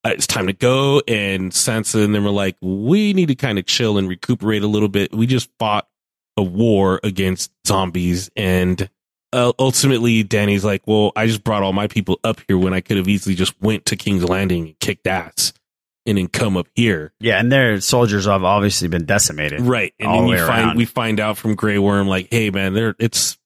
Uh, it's time to go. And Sansa and them were like, we need to kind of chill and recuperate a little bit. We just fought a war against zombies, and uh, ultimately Danny's like, well, I just brought all my people up here when I could have easily just went to King's Landing and kicked ass, and then come up here. Yeah, and their soldiers have obviously been decimated. Right. And all then the you way find around. we find out from Grey Worm like, hey man, there it's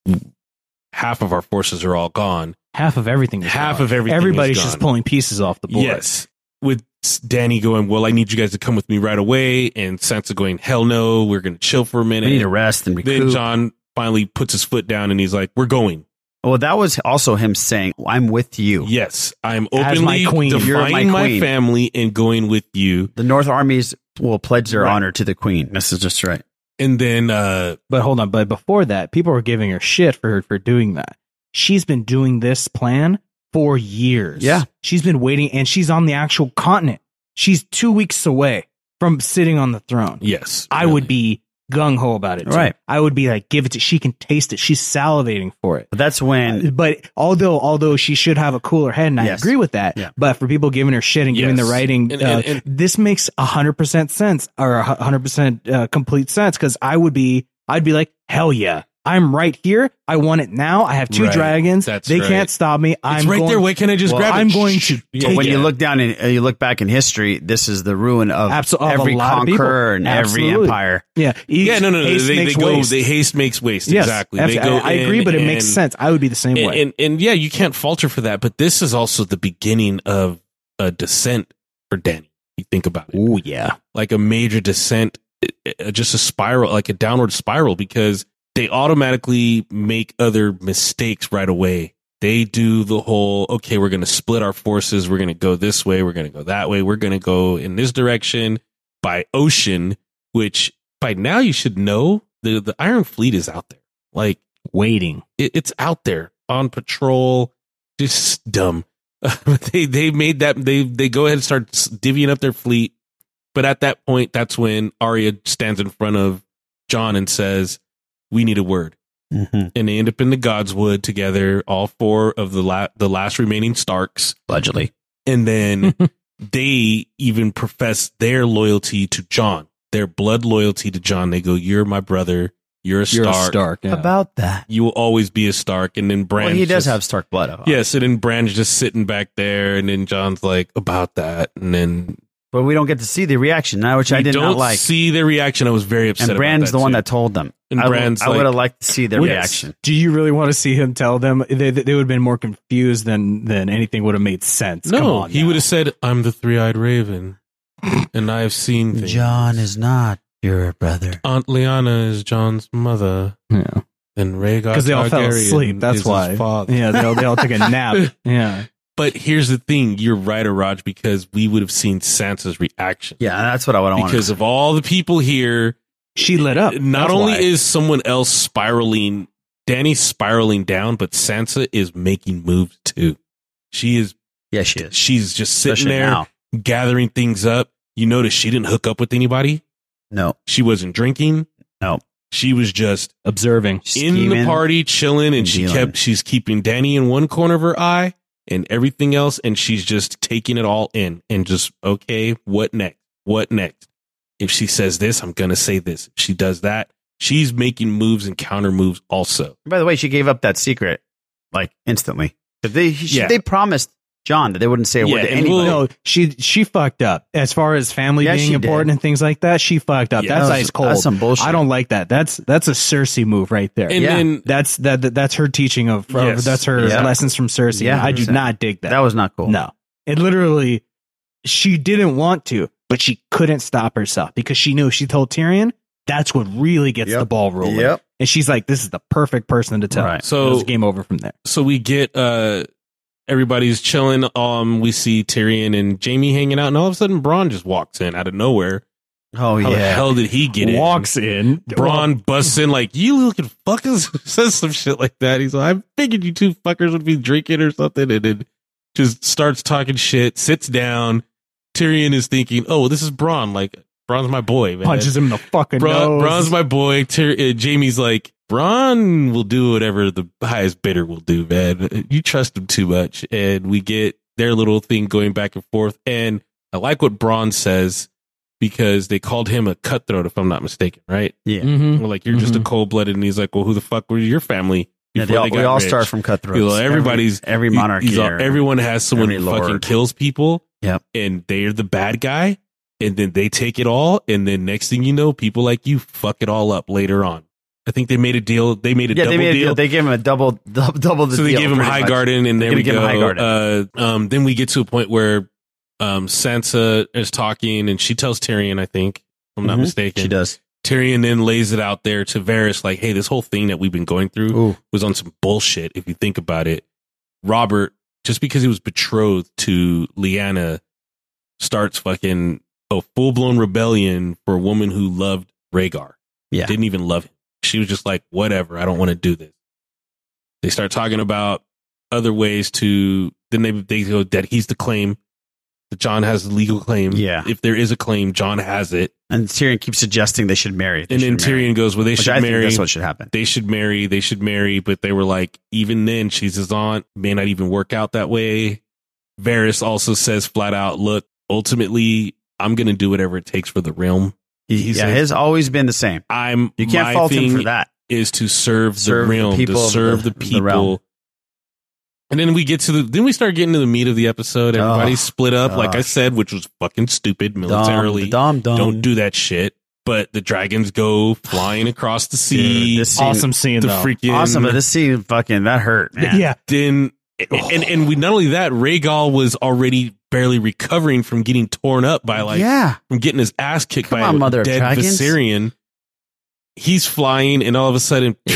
half of our forces are all gone. Half of everything. Is Half gone. of everything is Everybody's just gone. pulling pieces off the board. Yes. With Danny going, Well, I need you guys to come with me right away and Sansa going, Hell no, we're gonna chill for a minute. need to rest and Then recoup. John finally puts his foot down and he's like, We're going. Well, that was also him saying, "I'm with you." Yes, I'm As my openly queen. You're my defying my, queen. family and going with you. The North armies will pledge their honor to the queen. This is just right. And then uh But hold on, but before that, people were giving her shit for for doing that. She's been doing this plan for years. Yeah. She's been waiting and she's on the actual continent. She's 2 weeks away from sitting on the throne. Yes. I would be gung ho about it. too. Right. I would be like give it to she can taste it. She's salivating for it. But that's when But although although she should have a cooler head and I Yes. agree with that, Yeah. but for people giving her shit and giving the Yes. writing And- uh, and- and- this makes 100% sense or 100% uh, complete sense because i would be i'd be like hell yeah i'm right here i want it now i have two Right. dragons That's they right. can't stop me i'm going- Well, i'm going to But take when it. you look down and uh, you look back in history, this is the ruin of Absol- of a every lot of people. conqueror and every Absolutely. empire. yeah each yeah, no, no, no. haste They, they makes go. waste. They haste makes waste. Yes, exactly. abso- They go I, I agree in but it makes and- sense i would be the same and, way And, and yeah, you can't falter for that. But this is also the beginning of a descent for Danny. You think about it. Oh yeah, like a major descent, it- it- just a spiral, like a downward spiral, because they automatically make other mistakes right away. They do the whole okay, we're going to split our forces. We're going to go this way. We're going to go that way. We're going to go in this direction by ocean, which by now you should know the the Iron Fleet is out there, like waiting. It, it's out there on patrol. Just dumb. but they they made that they they go ahead and start s- divvying up their fleet. But at that point, that's when Arya stands in front of John and says, "We need a word." Mm-hmm. And they end up in the Godswood together, all four of the la- the last remaining Starks, allegedly. And then they even profess their loyalty to John, their blood loyalty to John. They go, "You're my brother. You're a You're a Stark. Stark, yeah. About that. you will always be a Stark." And then Bran, well, he does just- have Stark blood. Of him. Yes, and then Bran's just sitting back there, and then John's like, "About that," and then But we don't get to see the reaction, now, which I We did don't not like. See their reaction. I was very upset. and Brand's about the one too. that told them. And I w- Bran's I would have like- liked to see their Yes. reaction. Do you really want to see him tell them? They, they would have been more confused than than anything would have made sense. Come No, on he would have said, "I'm the three-eyed raven." and I've seen things. John is not your brother. Aunt Liana is John's mother. Yeah. And Rhaegar Because they all fell Targaryen asleep. That's is his why. father. Yeah, they all, they all took a nap. Yeah. But here's the thing: you're right, Araj, because we would have seen Sansa's reaction. Yeah, that's what I Uh, want. Because of all the people here, she lit up. Not That's only why. is someone else spiraling, Danny's spiraling down, but Sansa is making moves too. She is. Yeah, she is. She's just sitting Especially there now. gathering things up. You notice she didn't hook up with anybody. No, she wasn't drinking. No, she was just observing in the Scheming. party, chilling, and she Dealing. kept. She's keeping Danny in one corner of her eye and everything else, and she's just taking it all in and just okay, what next? What next? If she says this, I'm gonna say this. If she does that, she's making moves and counter moves also. By the way, she gave up that secret like instantly. If They she, Yeah. they promised John that they wouldn't say a word to and anybody. no, she she fucked up as far as family Yeah, being she important did. and things like that. She fucked up. Yeah, that's that was- ice cold. that's some bullshit. I don't like that. That's that's a Cersei move right there. And Yeah. then- that's that, that- that's her teaching of, of- Yes. that's her Yeah. lessons from Cersei. Yeah, I do 100%. not dig that. That was not cool. No, it literally she didn't want to, but she couldn't stop herself because she knew if she told Tyrion. That's what really gets the ball rolling. Yep. And she's like, "This is the perfect person to tell." Right. So- it was game over from there. So we get uh everybody's chilling. Um, we see Tyrion and Jamie hanging out, and all of a sudden Braun just walks in out of nowhere. How Oh the yeah. hell did he get in? Walks in. Braun busts in like you looking fuckers says some shit like that. He's like, I figured you two fuckers would be drinking or something, and then just starts talking shit. Sits down. Tyrion is thinking, oh, this is Braun. Like Braun's my boy. Man. Punches him in the fucking Bron, nose. Bron's my boy. Tyr- uh, Jamie's like Bron will do whatever the highest bidder will do, man. You trust him too much, and we get their little thing going back and forth. And I like what Bron says because they called him a cutthroat, if I'm not mistaken, right? Yeah, Mhm. like you're just a Mhm. cold blooded, and he's like, well, who the fuck were your family? Yeah, they before all- we got all start from cutthroats. You know, everybody's Every- every you- he's monarchy all- or everyone has someone every who fucking lord. kills people Yep. and they're the bad guy and then they take it all and then next thing you know people like you fuck it all up later on i think they made a deal they made a Yeah, double they made a deal deal. They gave him a double dou- double the so they deal, gave him pretty much. high garden and there They we gave go him High Garden. Uh, um, then we get to a point where um, sansa is talking and she tells tyrion i think if i'm not Mhm. mistaken She does. tyrion then lays it out there to varus like hey this whole thing that we've been going through was on some bullshit if you think about it Robert, just because he was betrothed to Leanna, starts fucking a full blown rebellion for a woman who loved Rhaegar. Yeah. Didn't even love him. She was just like, whatever, I don't want to do this. They start talking about other ways to, then they, they go that he's the claim, that John has the legal claim. Yeah. If there is a claim, John has it. And Tyrion keeps suggesting they should marry. They And then should marry. Tyrion goes, "Well, they Which should I think marry. that's what should happen." They should marry. They should marry." But they were like, even then, she's his aunt. May not even work out that way. Varys also says flat out, "Look, ultimately, I'm going to do whatever it takes for the realm." He- yeah, his always been the same. I'm. You can't my fault him thing for that. Is to serve, the Serve the realm, people to of serve the- the, the realm. people. and then we get to the. Then we start getting to the meat of the episode. Everybody Oh, split up, like I gosh. said, which was fucking stupid militarily. Dom, dom, dom. Don't do that shit. But the dragons go flying across the sea. Dude, this scene- The freaking awesome, but this scene fucking that hurt. Man. Then and and we not only that, Rhaegal was already barely recovering from getting torn up by like Yeah. from getting his ass kicked Come by on, a mother of dead dragons. Viserion. He's flying, and all of a sudden, Yeah.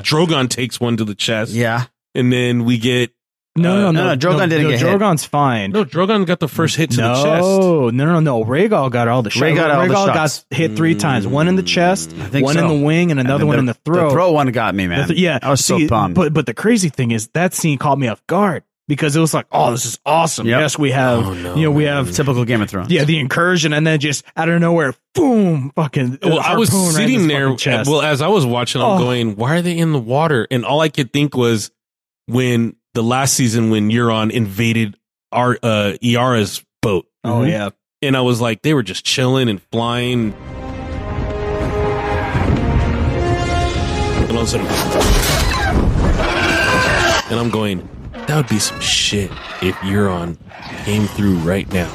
Drogon takes one to the chest. Yeah, and then we get No, no, uh, no, Drogon's fine. No, Drogon got the first hit to no, the chest. No, no, no. Rhaegal got all the shots. Rhaegal got all the shots. got hit three times. One in the chest, think one in so. the wing, and And another then one the- in the the throat. throat one got me, man. The yeah, I was so See, bummed. But but the crazy thing is that scene caught me off guard because it was like, oh, this is awesome. Yep. Yes, we have. Oh, you know, we have Mm. typical Game of Thrones. Yeah, the incursion, and then just out of nowhere, boom, fucking. Well, I was harpoon right in sitting his there. fucking Chest. Well, as I was watching, I'm Oh. going, "Why are they in the water?" And all I could think was when the last season when Euron invaded our uh, Iara's boat. Oh, Mm-hmm. Mhm. yeah. and I was like, they were just chilling and flying. And all of a sudden, and I'm going, that would be some shit if Euron came through right now.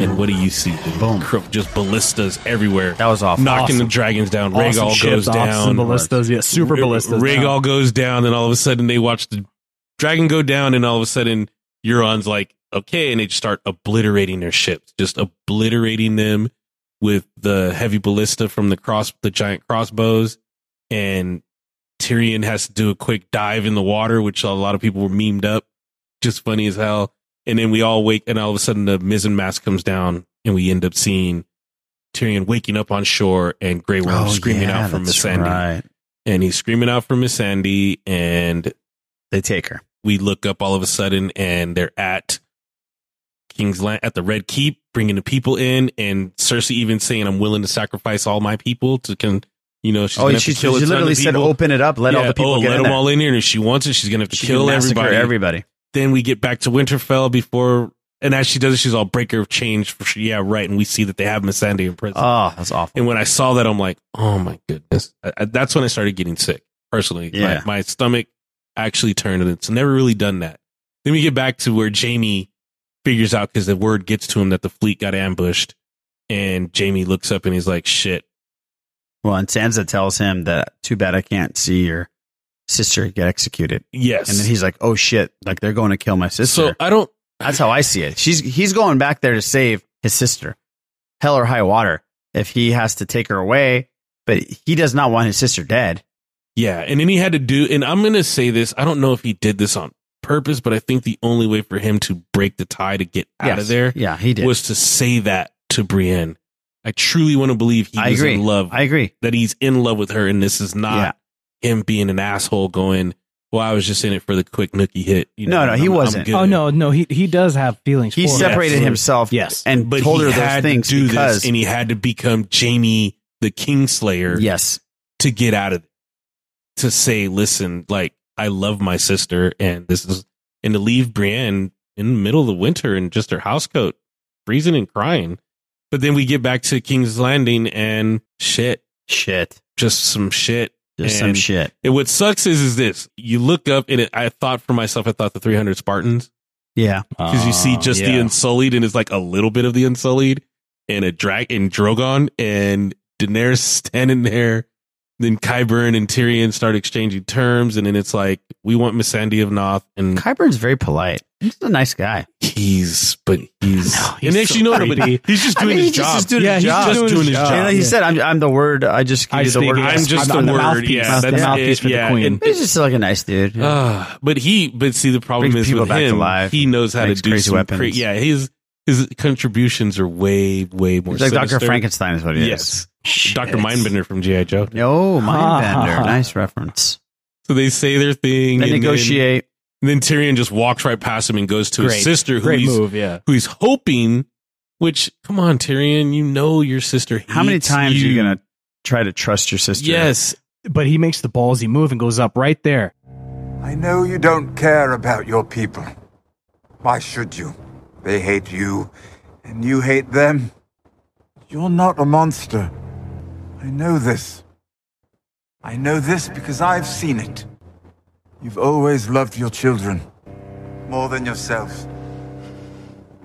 And what do you see? Boom. Just ballistas everywhere. That was awful. Knocking Awesome. the dragons down. Awesome Rhaegal ships, goes awesome down. ballistas, yeah, super Ra- ballistas Oh, Rhaegal down. goes down, and all of a sudden they watch the dragon go down, and all of a sudden Euron's like okay, and they just start obliterating their ships, just obliterating them with the heavy ballista from the cross, the giant crossbows, and Tyrion has to do a quick dive in the water, which a lot of people were memed up, just funny as hell. And then we all wake, and all of a sudden the mizzen mast comes down, and we end up seeing Tyrion waking up on shore and Grey Worm Oh, screaming yeah, out from Miss that's Sandy. right. And he's screaming out for Miss Sandy, and they take her. We look up all of a sudden, and they're at King's Land at the Red Keep, bringing the people in, and Cersei even saying, "I'm willing to sacrifice all my people to can." You know, she's Oh, gonna have she, to kill a she ton literally of said, people." "Open it up, let all Yeah, the people oh, get let in them there." all in here, and if she wants it, she's gonna have to She can kill massacre everybody. everybody. Then we get back to Winterfell before, and as she does it, she's all breaker of change. For sure. yeah, right. And we see that they have Miss Sandy in prison. Oh, that's awful. And when I saw that, I'm like, oh my goodness. I, I, that's when I started getting sick personally. My- Yeah. My, stomach actually turned, and it's never really done that. Then we get back to where Jamie figures out because the word gets to him that the fleet got ambushed, and Jamie looks up and he's like, shit. Well, and Sansa tells him that too bad I can't see your sister get executed. Yes. And then he's like, "Oh shit, like they're going to kill my sister." So I don't That's how I see it. She's he's going back there to save his sister. Hell or high water if he has to take her away, but he does not want his sister dead. Yeah, and then he had to do, and I'm gonna say this. I don't know if he did this on purpose, but I think the only way for him to break the tie to get out Yes. of there, Yeah, he did. was to say that to Brienne. I truly want to believe he I was agree. in love. I agree that he's in love with her, and this is not him being an asshole going. Well, I was just in it for the quick nookie hit. You know, No, no, he I'm- I'm wasn't. good." Oh no, no, he he does have feelings. He for her. separated Absolutely. himself Yes, and but told he her those had to things do because this, and he had to become Jamie the Kingslayer. Yes, to get out of it, to say, listen, like I love my sister, and this is, and to leave Brienne in the middle of the winter in just her housecoat, freezing and crying. But then we get back to King's Landing and shit, shit, just some shit, Just some And- shit. And what sucks is, is this: you look up, and it, I thought for myself, I thought the 300 Spartans Yeah. because you Ah, see Ah. just the unsullied and it's like a little bit of the unsullied and a drag and drogon and daenerys standing there then Kyburn and Tyrion start exchanging terms, and then it's like we want Miss Sandy of Noth, and Kyburn's very polite. He's a nice guy. He's, but he's, he's and actually so no, no, but creepy. he's just I doing mean, his he's job. just doing his he's job. just doing his job. And like he said, "I'm I'm the word. I just Uh, I use the speak- word. I'm just I'm the the word, mouthpiece. yeah, I'm the that's mouthpiece it, for yeah, the queen. and- he's just like a nice dude. yeah. Ah, but he, but see, the problem Brings is people with back to him, life, he knows how to makes do crazy some weapons. cra- yeah, his his contributions are way way more. He's like Dr. sinister. Frankenstein is what he yes. Dr. Mindbender from GI Joe. Oh, Mindbender. nice reference. So they say their thing. and They then- negotiate. And then, Tyrion just walks right past him and goes to Great. his sister, who Great he's, move, yeah. who he's hoping. Which, come on, Tyrion, you know your sister. How many hates times you are you gonna try to trust your sister? Yes, but he makes the ballsy move and goes up right there. I know you don't care about your people. Why should you? They hate you, and you hate them. You're not a monster. I know this. I know this because I've seen it. You've always loved your children. More than yourselves.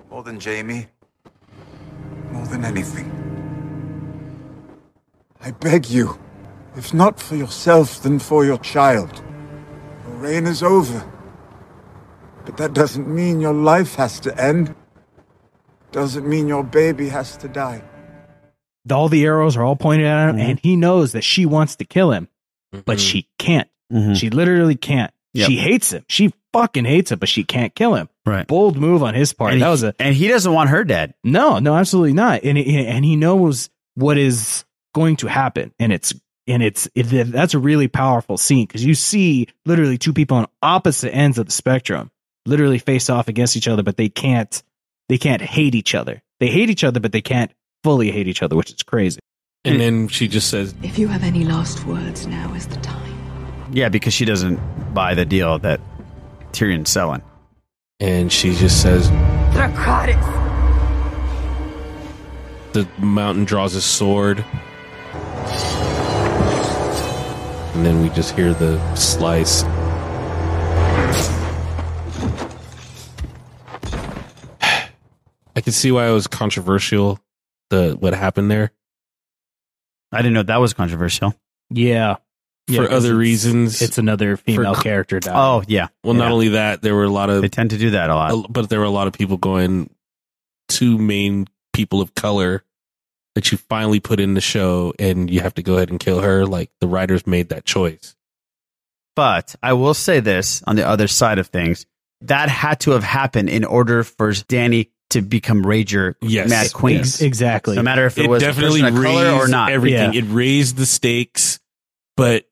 More than Jamie. More than anything. I beg you, if not for yourself, then for your child. Your reign is over. But that doesn't mean your life has to end. Doesn't mean your baby has to die. The- all the arrows are all pointed at him, and he knows that she wants to kill him, Mm-hmm. but she can't. She literally can't. Yep. She hates him. She fucking hates him, but she can't kill him. Right. Bold move on his part. And that he- was a and he doesn't want her dead. No, no, absolutely not. And he- and he knows what is going to happen, and it's and it's it, that's a really powerful scene because you see literally two people on opposite ends of the spectrum literally face off against each other, but they can't they can't hate each other. They hate each other, but they can't fully hate each other, which is crazy. And then she just says, If you have any last words, now is the time. Yeah, because she doesn't buy the deal that Tyrion's selling. And she just says, Dracarys! The mountain draws his sword. And then we just hear the slice. I can see why it was controversial the what happened there. I didn't know that was controversial. Yeah. Yeah, for 'cause other it's- reasons. it's another female character dying. Oh, yeah. Well, not Yeah. only that, there were a lot of they tend to do that a lot, but there were a lot of people going. Two main people of color that you finally put in the show, and you have to go ahead and kill her. Like the writers made that choice. But I will say this on the other side of things that had to have happened in order for Danny to become Rager Yes, Mad Queen. Yes. exactly. No matter if it, was definitely a person of color or raised not. everything it raised the stakes. But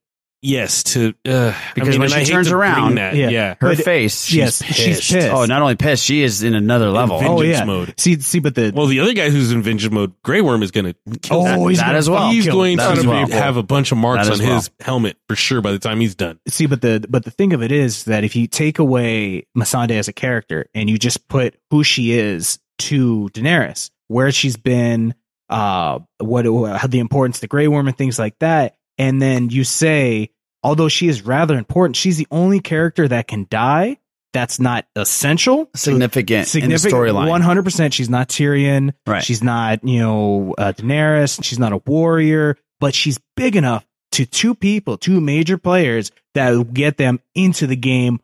yes, to uh, Because I mean, when and I she hate turns to bring around, that, yeah, her But- face, she's yes, pissed. she's pissed. Oh, not only pissed, she is in another level. Oh, vengeance mode. See, see, but the well, the other guy who's in vengeance mode, Grey Worm, is going to kill Oh, him. he's That gonna as well. He's kill going him. That to as well. have a bunch of marks That on as his well. helmet for sure by the time he's done. See, but the but the thing of it is that if you take away Masande as a character and you just put who she is to Daenerys, where she's been, uh, what how the importance to Grey Worm and things like that, and then you say, although she is rather important, she's the only character that can die. That's not essential, Significant in the storyline. Oh, One hundred percent. She's not Tyrion. Right. She's not you know uh, Daenerys. She's not a warrior, but she's big enough to two people, two major players that will get them into the game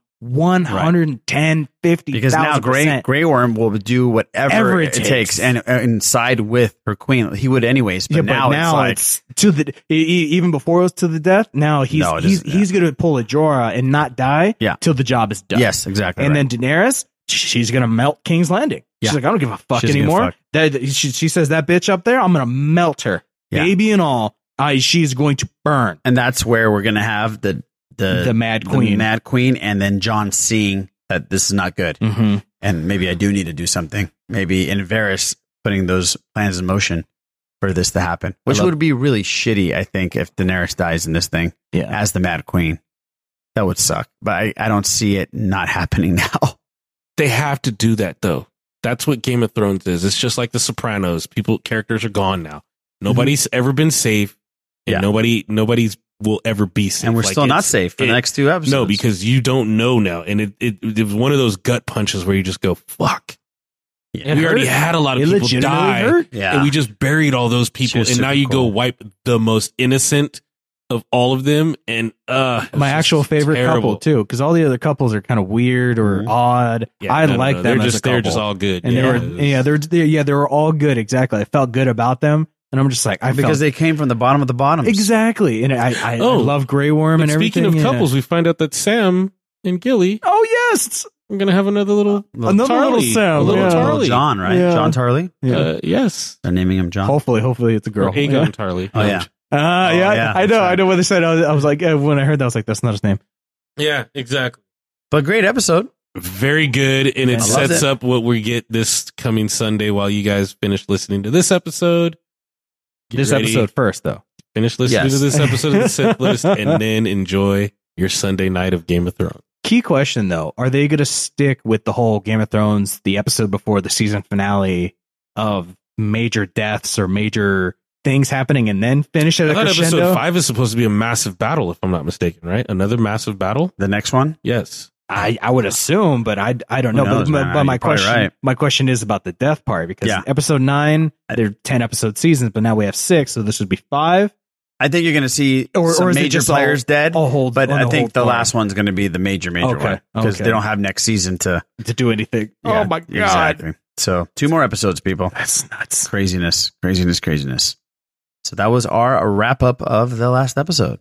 110, 50, because now Grey, Grey Worm will do whatever Ever it it, takes. takes. and and side with her queen. He would anyways, but, Yeah, but now, now it's it's to the e- e- even before it was to the death. Now he's No, it he's isn't, he's gonna pull a Jorah and not die. Yeah. till the job is done. Yes, exactly And right. then Daenerys, she's gonna melt King's Landing. Yeah. She's like, I don't give a fuck She doesn't give a anymore. fuck. That she, she says that bitch up there, I'm gonna melt her, Yeah. baby and all. I she's going to burn. like, and that's where we're gonna have the Uh, the The Mad Queen. Mad Queen, and then John seeing that this is not good, Mhm. and maybe I do need to do something. Maybe in Varys putting those plans in motion for this to happen, which love- would be really shitty. I think if Daenerys dies in this thing, yeah. as the Mad Queen, that would suck. But I, I don't see it not happening now. They have to do that though. That's what Game of Thrones is. It's just like The Sopranos. People characters are gone now. Nobody's ever been safe, and Mm-hmm. Yeah. nobody nobody's will ever be safe. And we're still not it's- safe for the next two episodes. No, because you don't know now, and it, it, it was one of those gut punches where you just go, "Fuck." It we already hurt. had a lot of It people legitimately die, hurt. and Yeah. we just buried all those people, was and now super you go cool. wipe the most innocent of all of them, and uh, it was my just actual favorite terrible. Mm-hmm. couple too, because all the other couples are kind of weird or odd. Yeah, I no, no, like no, them. they're as just- a couple. they're just all good, and yeah. they were yeah they're, they yeah they were all good exactly. I felt good about them, and I'm just like I because they felt, came from the bottom of the bottom. exactly, and I I, Oh. I love Grey Worm But and everything. speaking of yeah. couples, we find out that Sam and Gilly. Oh yes, I'm gonna have another little another little Sam, a little yeah. Tarly. Little John, right? Yeah. John Tarly? Yeah. Uh, yes. They're naming him John. Hopefully, hopefully it's a girl. Or Aegon Yeah. Tarly. Oh, yeah. Uh, yeah, yeah, I know, I know what they said. I was, I was like, eh, when I heard that, I was like, that's not his name. Yeah, exactly. But great episode. Very good. And it I loved sets it. up what we get this coming Sunday while you guys finish listening to this episode. Get This ready. episode first, though. Finish listening Yes. to this episode of the Sith List and then enjoy your Sunday night of Game of Thrones. Key question though, are they going to stick with the whole Game of Thrones, the episode before the season finale of major deaths or major things happening, and then finish I it at a thought crescendo? episode five is supposed to be a massive battle, if I'm not mistaken, right? Another massive battle? The next one? Yes. I, I would assume, but I, I don't Who know. knows, but, but- man? but my You're probably question right. my question is about the death part because Yeah. episode nine there are ten episode seasons, but now we have six, so this would be five. I think you're going to see Or- some or is it major just a- players dead. a whole- but oh, I no, whole think the farm. last one's going to be the major, major Okay, one because okay. they don't have next season to to do anything. Yeah, oh my god! Exactly. So two more episodes, people. That's nuts. Craziness, craziness, craziness. So that was our wrap up of the last episode.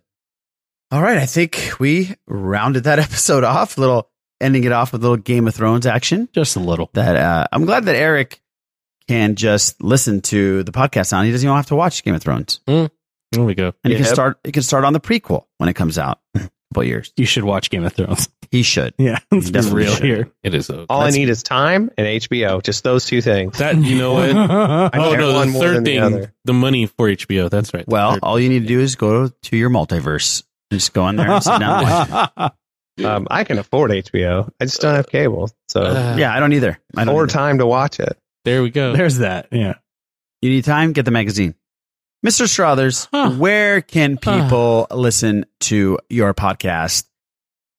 All right, I think we rounded that episode off. Little ending it off with a little Game of Thrones action, just a little. That uh, I'm glad that Eric can just listen to the podcast on. He doesn't even have to watch Game of Thrones, There we go. and he can Yep. start. He can start on the prequel when it comes out. in a Couple years. You should watch Game of Thrones. He should. Yeah, He let's be definitely real should. here. It is a All I need is time and HBO. Just those two things. That you know what? oh no, the third thing, the, money for HBO. That's right. Well, all you need to do is go to your multiverse. Just go in there and sit down. and watch it. um, I can afford HBO. I just don't have cable, so yeah, I don't either. Uh, I don't or either. time to watch it. Uh, There we go. There's that. Yeah. You need time? Get the magazine. Mr. Struthers, where can people listen to your podcast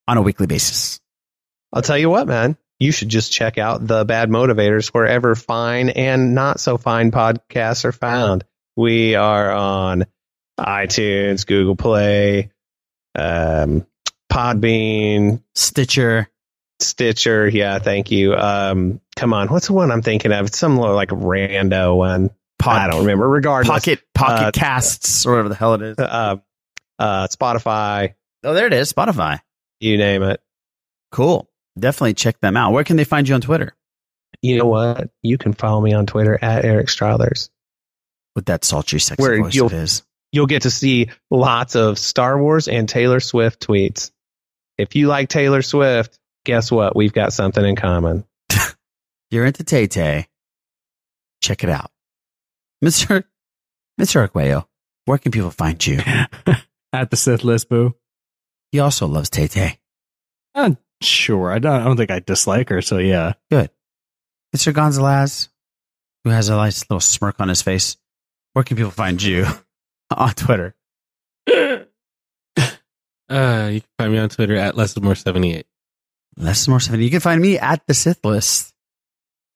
on a weekly basis? I'll tell you what, man. You should just check out the Bad Motivators wherever fine and not so fine podcasts are found. We are on iTunes, Google Play, um, Podbean, Stitcher, Stitcher. Yeah, thank you. Um, come on, what's the one I'm thinking of? It's some like rando one. I don't remember. Regardless, Pocket Pocket Casts or whatever the hell it is. Uh, uh, Spotify. Oh, there it is. Spotify. You name it. Cool. Definitely check them out. Where can they find you on Twitter? You know what? You can follow me on Twitter at Eric Strothers. With that sultry, sexy Where voice you'll- it is. You'll get to see lots of Star Wars and Taylor Swift tweets. If you like Taylor Swift, guess what? We've got something in common. You're into Tay Tay. Check it out. Mr. Mr. Arguello, where can people find you? At the Sith List, boo. He also loves Tay Tay. Uh, sure. I don't, I don't think I dislike her. So yeah. Good. Mr. Gonzalez, who has a nice little smirk on his face, where can people find you on Twitter? Uh, you can find me on Twitter at lessofmore78. Less is more seven. You can find me at the Sith List.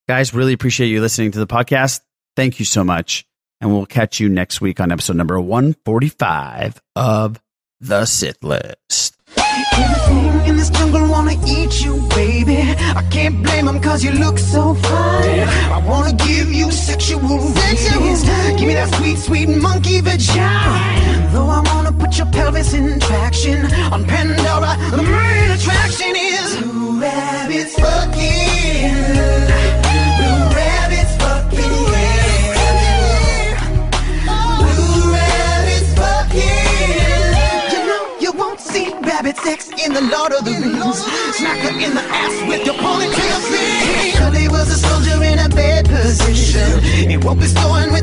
Guys, really appreciate you listening to the podcast. Thank you so much. And we'll catch you next week on episode number 145 of The Sith List. Everything in this jungle wanna eat you, baby. I can't blame them cause you look so fine. I wanna give you sexual raise. Give me that sweet, sweet monkey vagina. Though I wanna put your pelvis in traction on Pandora, the main attraction is two rabbits fucking. Blue rabbits fucking, yeah. Blue rabbits fucking. You know you won't see rabbit sex in the Lord of the Rings. Smack her in the ass with your ponytail sleeve. Shirley was a soldier in a bad position. It won't be stolen with